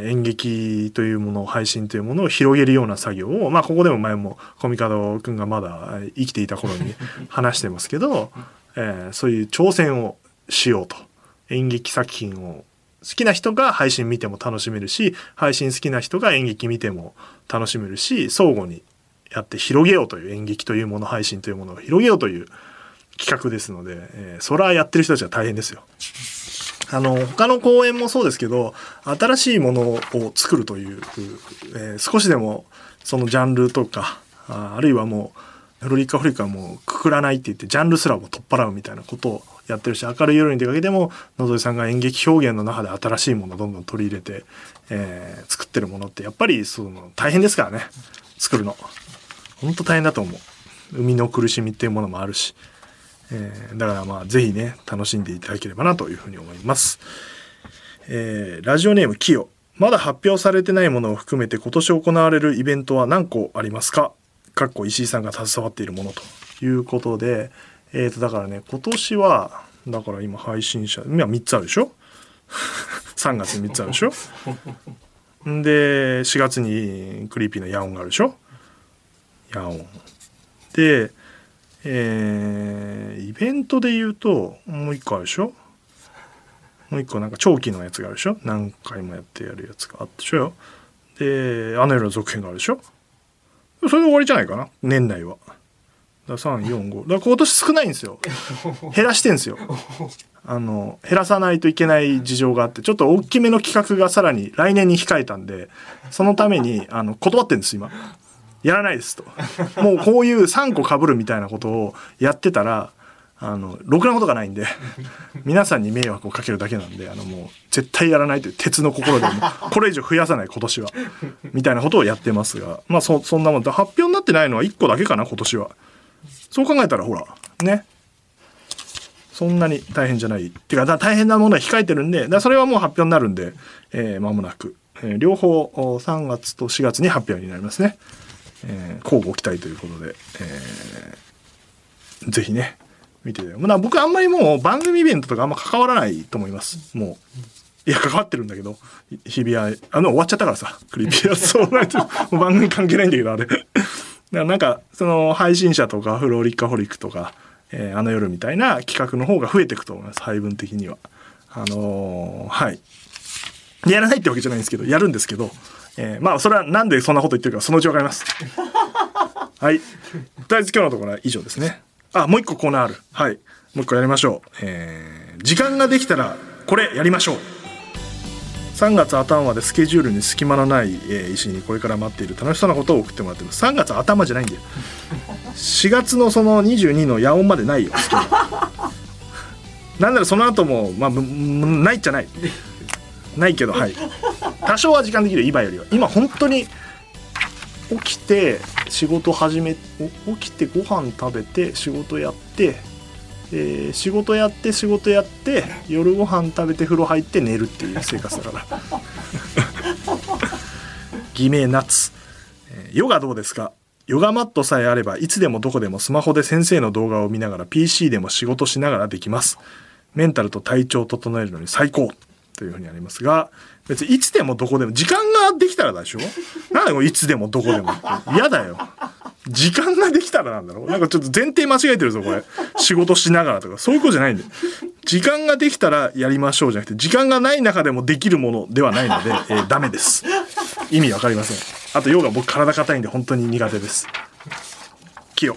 [SPEAKER 1] 演劇というもの配信というものを広げるような作業を、まあ、ここでも前もコミカド君がまだ生きていた頃に話してますけど、えーそういう挑戦をしようと演劇作品を好きな人が配信見ても楽しめるし配信好きな人が演劇見ても楽しめるし相互にやって広げようという演劇というもの配信というものを広げようという企画ですので、えーそれはやってる人たちは大変ですよ。あの他の公演もそうですけど新しいものを作るという、えー少しでもそのジャンルとかああるいはもうフロリカフリカもうくくらないって言ってジャンルすらも取っ払うみたいなことをやってるし明るい夜に出かけても野添さんが演劇表現の中で新しいものをどんどん取り入れて、えー作ってるものってやっぱりその大変ですからね作るの。本当大変だと思う。生みの苦しみっていうものもあるし。えーだからまあぜひね楽しんでいただければなというふうに思います、えーラジオネームキヨまだ発表されてないものを含めて今年行われるイベントは何個ありますかかっこ石井さんが携わっているものということでえー、とだからね今年はだから今配信者今3つあるでしょ 3月に3つあるでしょんで4月にクリーピーのヤオンがあるでしょヤオンでえーイベントで言うともう一個あるでしょもう一個なんか長期のやつがあるでしょ何回もやってやるやつがあったでしょよで「あの夜」の続編があるでしょそれで終わりじゃないかな年内はだ345だから今年少ないんですよ減らしてんですよあの減らさないといけない事情があってちょっと大きめの企画がさらに来年に控えたんでそのためにあの断ってんです今やらないですと。もうこういう3個被るみたいなことをやってたら、あの、ろくなことがないんで、皆さんに迷惑をかけるだけなんで、あの、もう、絶対やらないという鉄の心で、もうこれ以上増やさない今年は、みたいなことをやってますが、まあ、そ、そんなもんだ。発表になってないのは1個だけかな、今年は。そう考えたら、ほら、ね。そんなに大変じゃない。っていうか、だ大変なものは控えてるんで、だからそれはもう発表になるんで、えー間もなく。えー両方、お3月と4月に発表になりますね。えー、交互期待ということで、えーぜひね、見ててまあ僕あんまりもう番組イベントとかあんま関わらないと思いますもういや関わってるんだけどい日比谷あの終わっちゃったからさクリピアそうなともう番組関係ないんだけどあれだからなんかその配信者とかフローリッカホリックとか、えーあの夜みたいな企画の方が増えていくと思います配分的にはあのーはいやらないってわけじゃないんですけどやるんですけど、えーまあそれはなんでそんなこと言ってるかそのうちわかりますはい。とりあえず今日のところは以上ですね。あ、もう一個コーナーある。はい。もう一個やりましょう。えー時間ができたらこれやりましょう。3月頭までスケジュールに隙間のない、えー、石井にこれから待っている楽しそうなことを送ってもらってます。3月頭じゃないんだよ。4月のその22の夜音までないよ。隙間なんならその後も、まあ、むむないっちゃない。ないけど、はい。多少は時間できる、今よりは。今本当に起きて仕事始めお起きてご飯食べて仕事やって、えー仕事やって仕事やって夜ご飯食べて風呂入って寝るっていう生活だから偽名夏、えーヨガどうですかヨガマットさえあればいつでもどこでもスマホで先生の動画を見ながら PC でも仕事しながらできますメンタルと体調を整えるのに最高というふうにありますが別にいつでもどこでも時間ができたらでしょなんだよいつでもどこでもって嫌だよ時間ができたらなんだろうなんかちょっと前提間違えてるぞこれ仕事しながらとかそういうことじゃないんで時間ができたらやりましょうじゃなくて時間がない中でもできるものではないので、えーダメです意味わかりませんあとヨガ僕体硬いんで本当に苦手ですキヨ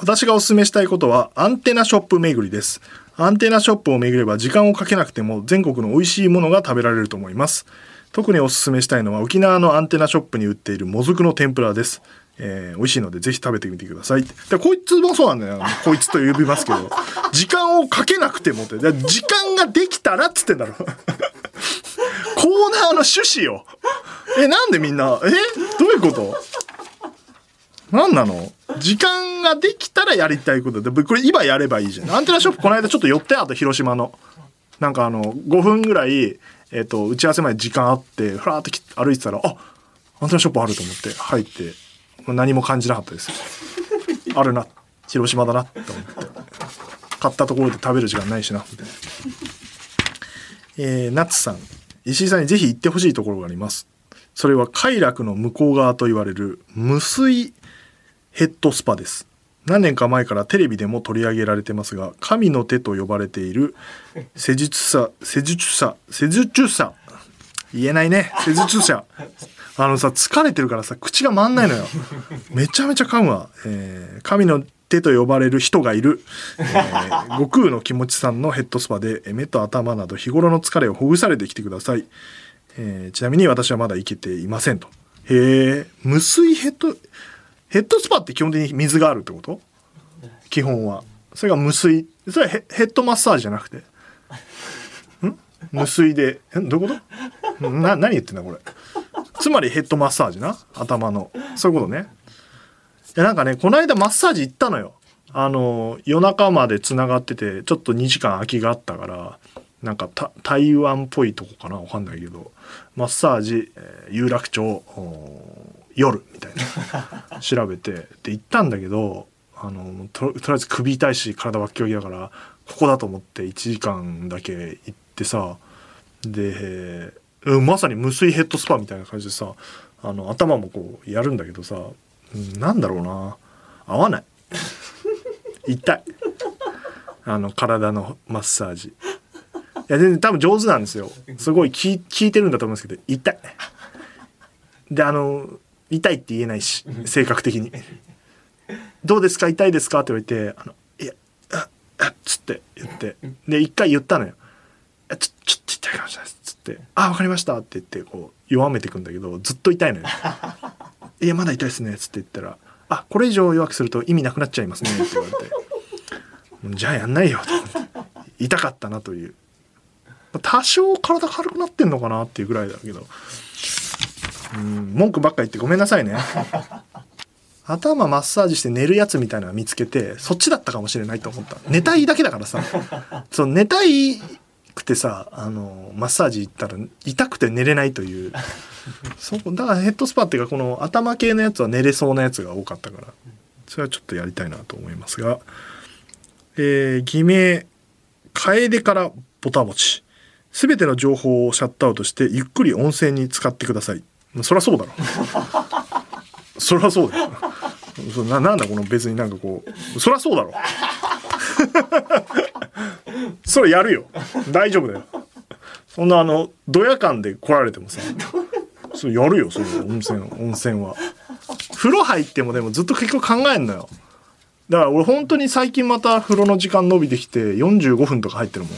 [SPEAKER 1] 私がお勧めしたいことはアンテナショップ巡りです。アンテナショップを巡れば時間をかけなくても全国の美味しいものが食べられると思います。特にお勧めしたいのは沖縄のアンテナショップに売っているもずくの天ぷらです。えー美味しいのでぜひ食べてみてください。でこいつもそうなんだよ。こいつと呼びますけど。時間をかけなくてもって。で時間ができたらっつってんだろ。 コーナーの趣旨よ。え、なんでみんな、えどういうこと何なの時間ができたらやりたいことで、これ今やればいいじゃん。アンテナショップこの間ちょっと寄ってあと広島の。なんかあの、5分ぐらい、えっ、と、打ち合わせまで時間あって、ふらーっとき歩いてたら、あアンテナショップあると思って入って、何も感じなかったです。あるな。広島だなって思って。買ったところで食べる時間ないしな、みたいな。えー、ナッツさん石井さんにぜひ行ってほしいところがありますそれは快楽の向こう側と言われる無水ヘッドスパです何年か前からテレビでも取り上げられてますが神の手と呼ばれている施術者施術者施術者言えないね施術者あのさ疲れてるからさ口が回んないのよめちゃめちゃ噛むわ、えー神の手と呼ばれる人がいる、えー悟空の気持ちさんのヘッドスパでえー目と頭など日頃の疲れをほぐされてきてください、えーちなみに私はまだ生きていませんとへえ無水ヘッドヘッドスパって基本的に水があるってこと基本はそれが無水それはヘヘッドマッサージじゃなくてん無水でえどういうことな何言ってんだこれつまりヘッドマッサージな頭のそういうことねいやなんかねこの間マッサージ行ったのよあの夜中までつながっててちょっと2時間空きがあったからなんかた台湾っぽいとこかなわかんないけどマッサージ、えー有楽町おー夜みたいな調べてで行ったんだけどあのととりあえず首痛いし体は競技だからここだと思って1時間だけ行ってさで、うんまさに無水ヘッドスパみたいな感じでさあの頭もこうやるんだけどさ、うんなんだろうな合わない痛いあの体のマッサージいや全然多分上手なんですよすごい聞い聞いてるんだと思うんですけど痛いであの痛いって言えないし性格的に「どうですか痛いですか?」って言われて「あのいやああっ」つって言ってで一回言ったのよ「あちょちょっと痛いかもしれないです」つって「あわかりました」って言ってこう弱めてくんだけどずっと痛いのよ「いやまだ痛いですね」つって言ったら「あこれ以上弱くすると意味なくなっちゃいますね」って言われて「もうじゃあやんないよ」と思って痛かったなという多少体軽くなってんのかなっていうぐらいだけどうん文句ばっか言ってごめんなさいね 頭マッサージして寝るやつみたいなの見つけてそっちだったかもしれないと思った寝たいだけだからさそう寝たいくてさあのマッサージ行ったら痛くて寝れないというそうだからヘッドスパっていうかこの頭系のやつは寝れそうなやつが多かったからそれはちょっとやりたいなと思いますがえー偽名楓からぼたもちすべての情報をシャットアウトしてゆっくり温泉に使ってくださいそりゃそうだろそりゃそうだよそななんだこの別になんかこうそりゃそうだろ それやるよ大丈夫だよそんなあのドヤ感で来られてもさそれやるよその温泉温泉は風呂入ってもでもずっと結局考えんのよだから俺本当に最近また風呂の時間伸びてきて45分とか入ってるも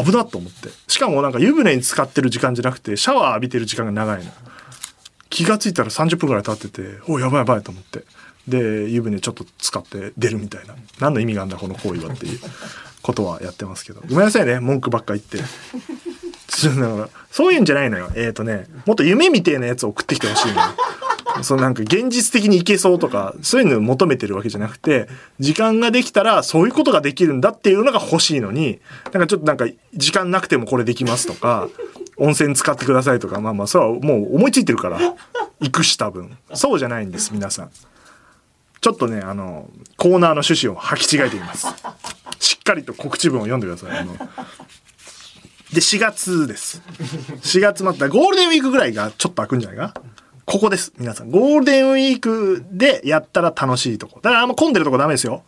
[SPEAKER 1] ん危なっと思ってしかもなんか湯船に浸かってる時間じゃなくてシャワー浴びてる時間が長いの気がついたら30分ぐらい経ってておやばいやばいと思ってで湯船ちょっと使って出るみたいな何の意味があるんだこの行為はっていうことはやってますけどごめんなさいね文句ばっか言ってそうだからそういうんじゃないのよえっ、とねもっと夢みてえなやつを送ってきてほしいのよ そのなんか現実的にいけそうとかそういうのを求めてるわけじゃなくて時間ができたらそういうことができるんだっていうのが欲しいのになんかちょっとなんか時間なくてもこれできますとか温泉使ってくださいとかまあまあそれはもう思いついてるから行くし多分そうじゃないんです皆さんちょっとねあのコーナーの趣旨を履き違えていますしっかりと告知文を読んでくださいあので4月です4月末だゴールデンウィークぐらいがちょっと開くんじゃないかここです皆さんゴールデンウィークでやったら楽しいとこだからあんま混んでるとこダメですよ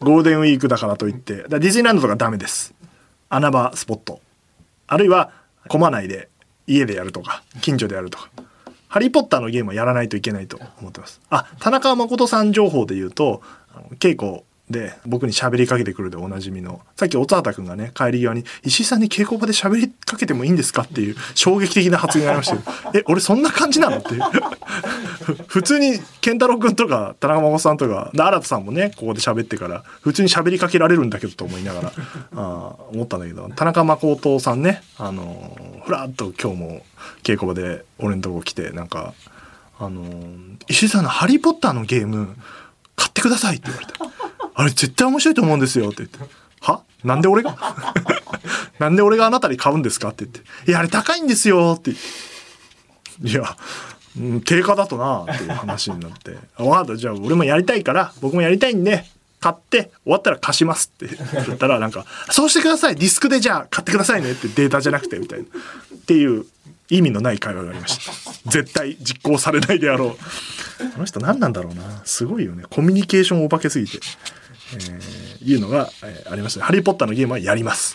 [SPEAKER 1] ゴールデンウィークだからといってだからディズニーランドとかダメです穴場スポットあるいは混まないで家でやるとか近所でやるとかハリー・ポッターのゲームはやらないといけないと思ってますあ田中誠さん情報で言うとあの稽古で僕に喋りかけてくるでおなじみのさっき乙畑君がね帰り際に「石井さんに稽古場で喋りかけてもいいんですか?」っていう衝撃的な発言がありましたよ え俺そんな感じなの?」っていう 普通に健太郎君とか田中真帆さんとかで新田さんもねここで喋ってから普通に喋りかけられるんだけどと思いながらあー思ったんだけど田中誠さんねあのーふらっと今日も稽古場で俺のとこ来てなんか「あのー石井さんの『ハリー・ポッター』のゲーム買ってください」って言われて「あれ絶対面白いと思うんですよ」って言って「はなんで俺が なんで俺があなたに買うんですか?」って言って「いやあれ高いんですよ」って言って。いや、うん定価だとなっていう話になって、 あわかった、じゃあ俺もやりたいから、僕もやりたいんで、買って、終わったら貸しますって言ったら、なんか、そうしてください、ディスクでじゃあ買ってくださいねってデータじゃなくて、みたいな。っていう意味のない会話がありました。絶対実行されないであろう。あの人何なんだろうな。すごいよね。コミュニケーションお化けすぎて。えーいうのが、えーありましたね。ハリー・ポッターのゲームはやります。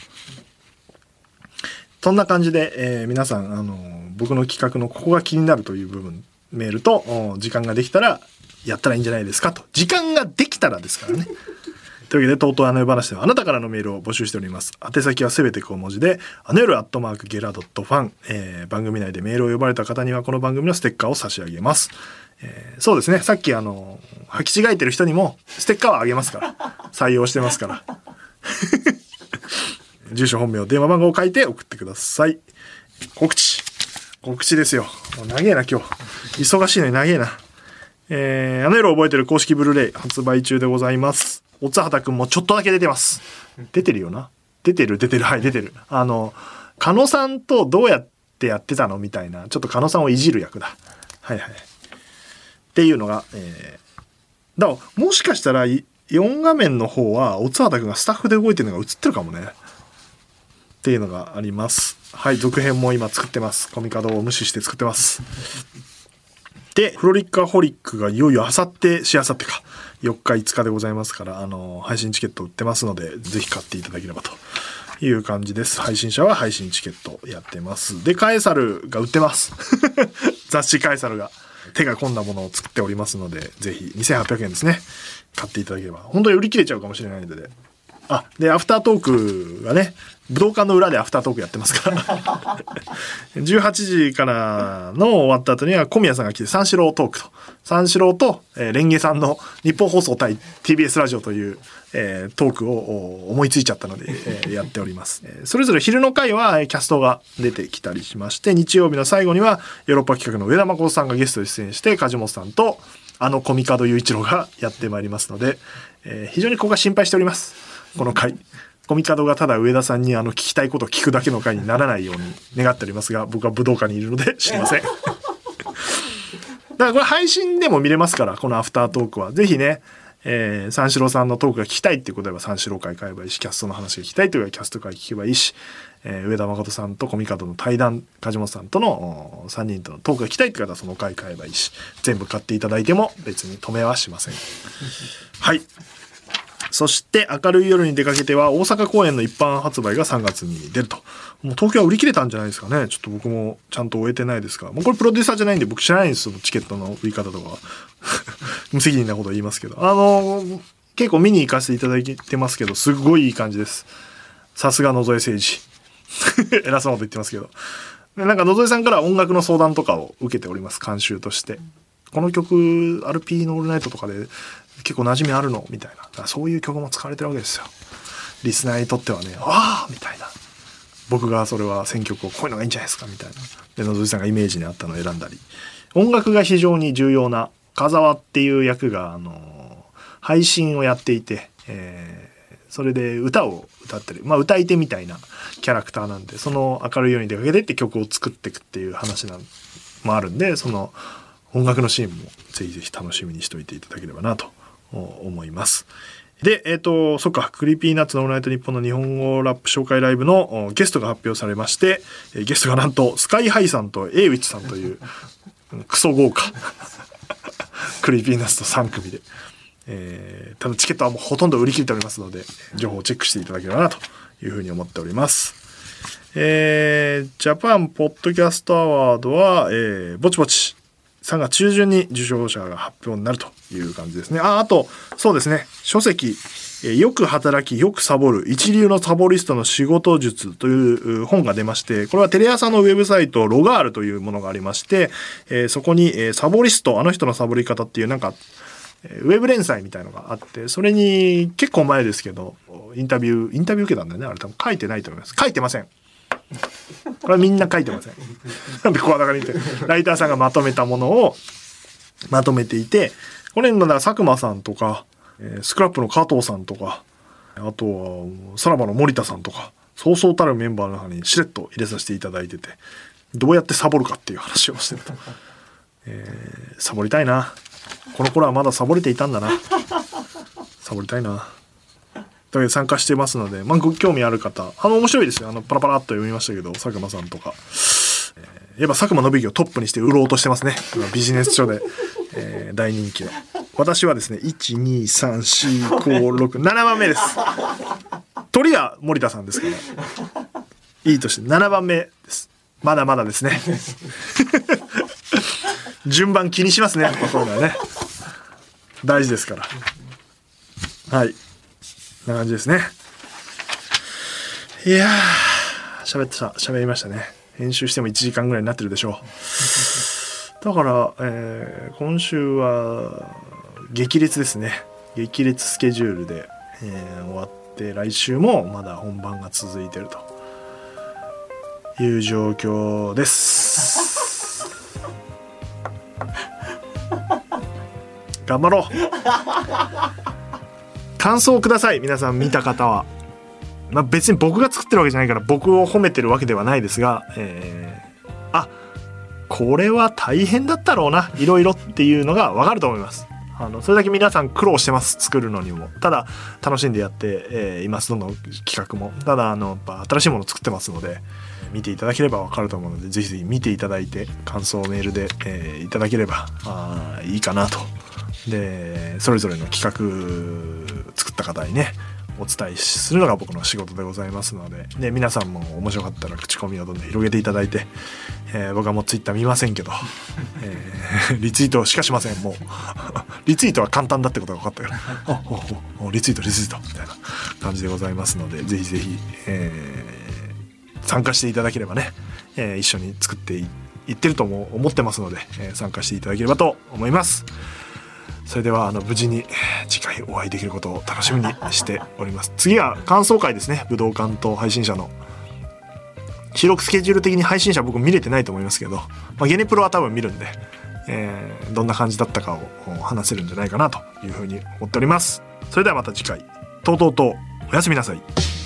[SPEAKER 1] そんな感じで、えー皆さん、あのー僕の企画のここが気になるという部分、メールと、お時間ができたら、やったらいいんじゃないですかと。時間ができたらですからね。 というわけで、とうとうあの夜話ではあなたからのメールを募集しております。宛先はすべて小文字で、あの夜アットマークゲラドットファン、えー番組内でメールを呼ばれた方にはこの番組のステッカーを差し上げます。えーそうですね、さっきあのー履き違えてる人にもステッカーはあげますから、採用してますから。住所本名電話番号を書いて送ってください告知告知ですよもう長えな今日忙しいのに長えなえー、あの夜覚えてる公式ブルーレイ発売中でございますおつはたくんもちょっとだけ出てます出てるよな出てる出てるはい出てるあの狩野さんとどうやってやってたのみたいなちょっと狩野さんをいじる役だはいはいっていうのが、えー、だからもしかしたらい4画面の方はおつはたくんがスタッフで動いてるのが映ってるかもねっていうのがありますはい続編も今作ってますコミカドを無視して作ってますでフロリカホリックがいよいよあさってしあさってか4日5日でございますからあの配信チケット売ってますのでぜひ買っていただければという感じです配信者は配信チケットやってますでカエサルが売ってます 雑誌カエサルが手が込んだものを作っておりますのでぜひ2800円ですね買っていただければ本当に売り切れちゃうかもしれないのであでアフタートークがね武道館の裏でアフタートークやってますから 18時からの終わった後には小宮さんが来て三四郎トークと三四郎と、えー、レンゲさんの日本放送対 TBS ラジオという、えートークをお思いついちゃったので、えーやっております、えーそれぞれ昼の回はえーキャストが出てきたりしまして日曜日の最後にはヨーロッパ企画の上田誠さんがゲストに出演して梶本さんとあのコミカド雄一郎がやってまいりますので、えー非常にここが心配しておりますこの回コミカドがただ上田さんにあの聞きたいことを聞くだけの回にならないように願っておりますが僕は武道館にいるので知りませんだからこれ配信でも見れますからこのアフタートークはぜひね、ええー三四郎さんのトークが聞きたいっていうことでは三四郎会買えばいいしキャストの話が聞きたいというはキャスト会聞けばいいし、えー上田誠さんとコミカドの対談梶本さんとの3人とのトークが聞きたいって方はその回買えばいいし全部買っていただいても別に止めはしません。はいそして明るい夜に出かけては大阪公演の一般発売が3月に出ると。もう東京は売り切れたんじゃないですかね。ちょっと僕もちゃんと終えてないですが。もうこれプロデューサーじゃないんで僕知らないんですよ。チケットの売り方とかは。 無責任なこと言いますけど。あのー結構見に行かせていただいてますけど、すごいいい感じです。さすが野添誠二。 偉そうなこと言ってますけど。でなんか野添さんから音楽の相談とかを受けております、監修として。この曲、RP のオールナイトとかで結構馴染みあるのみたいな。だからそういう曲も使われてるわけですよ。リスナーにとってはね、ああみたいな。僕がそれは選曲をこういうのがいいんじゃないですかみたいな。で、野添さんがイメージに合ったのを選んだり。音楽が非常に重要な、風沢っていう役が、あの配信をやっていて、えーそれで歌を歌ってる、まあ、歌い手みたいなキャラクターなんでその「明るいように出かけて」って曲を作っていくっていう話なんもあるんでその音楽のシーンもぜひぜひ楽しみにしておいていただければなとお思います。で、えっ、と、そっか、クリーピーナッツのオールナイトニッポンの日本語ラップ紹介ライブのおゲストが発表されまして、えーゲストがなんと、スカイハイさんとエイウィッチさんという、うんクソ豪華。 クリーピーナッツと3組で。えー、ただチケットはもうほとんど売り切れておりますので、情報をチェックしていただければなというふうに思っております。えージャパンポッドキャストアワードは、えーぼちぼち3月中旬に受賞者が発表になるという感じですね。あ、あと、そうですね。書籍、えーよく働き、よくサボる、一流のサボリストの仕事術というう本が出まして、これはテレ朝のウェブサイト、ロガールというものがありまして、えーそこに、えーサボリスト、あの人のサボり方っていうなんか、えーウェブ連載みたいのがあって、それに結構前ですけど、インタビュー、インタビュー受けたんだよね。あれ多分書いてないと思います。書いてません。これはみんな書いてません。なんで声高に言ってライターさんがまとめたものをまとめていて、これのだから佐久間さんとか、えースクラップの加藤さんとか、あとはさらばの森田さんとか、そうそうたるメンバーの中にしれっと入れさせていただいてて、どうやってサボるかっていう話をしてると。えーサボりたいな。この頃はまだサボれていたんだな。サボりたいな。だけど参加してますので、まあ、ご興味ある方、あの、面白いですよ。あの、パラパラっと読みましたけど、佐久間さんとか。えーやっぱ佐久間信之をトップにして売ろうとしてますね。今ビジネス書で、えー大人気の。私はですね、1、2、3、4、5、6、7番目です。鳥は森田さんですから。いいとして、7番目です。まだまだですね。 順番気にしますね。やっぱそうだよね。大事ですから。はい。こんな感じですね。いやー、喋ってた、喋りましたね。編集しても1時間ぐらいになってるでしょう。だから、えー今週は、激烈ですね。激烈スケジュールで、えー終わって、来週もまだ本番が続いてるという状況です。頑張ろう感想をください皆さん見た方は、まあ、別に僕が作ってるわけじゃないから僕を褒めてるわけではないですが、えーあこれは大変だったろうないろいろっていうのが分かると思いますあのそれだけ皆さん苦労してます作るのにもただ楽しんでやって、えーいますどの企画もただあのやっぱ新しいものを作ってますので見ていただければ分かると思うのでぜひぜひ見ていただいて感想をメールで、えーいただければあーいいかなとでそれぞれの企画作った方にねお伝えするのが僕の仕事でございますのでで皆さんも面白かったら口コミをどんどん広げていただいて、えー僕はもうツイッター見ませんけど、えー リツイートしかしませんもう リツイートは簡単だってことが分かったからあおおおリツイートリツイートみたいな感じでございますのでぜひぜひ、えー参加していただければね、えー一緒に作っていいってるとも思ってますので、えー参加していただければと思います。それではあの無事にえー次回お会いできることを楽しみにしております次は感想会ですね武道館と配信者の収録スケジュール的に配信者僕見れてないと思いますけど、まあ、ゲネプロは多分見るんで、えーどんな感じだったかをお話せるんじゃないかなというふうに思っておりますそれではまた次回とうとうとうおやすみなさい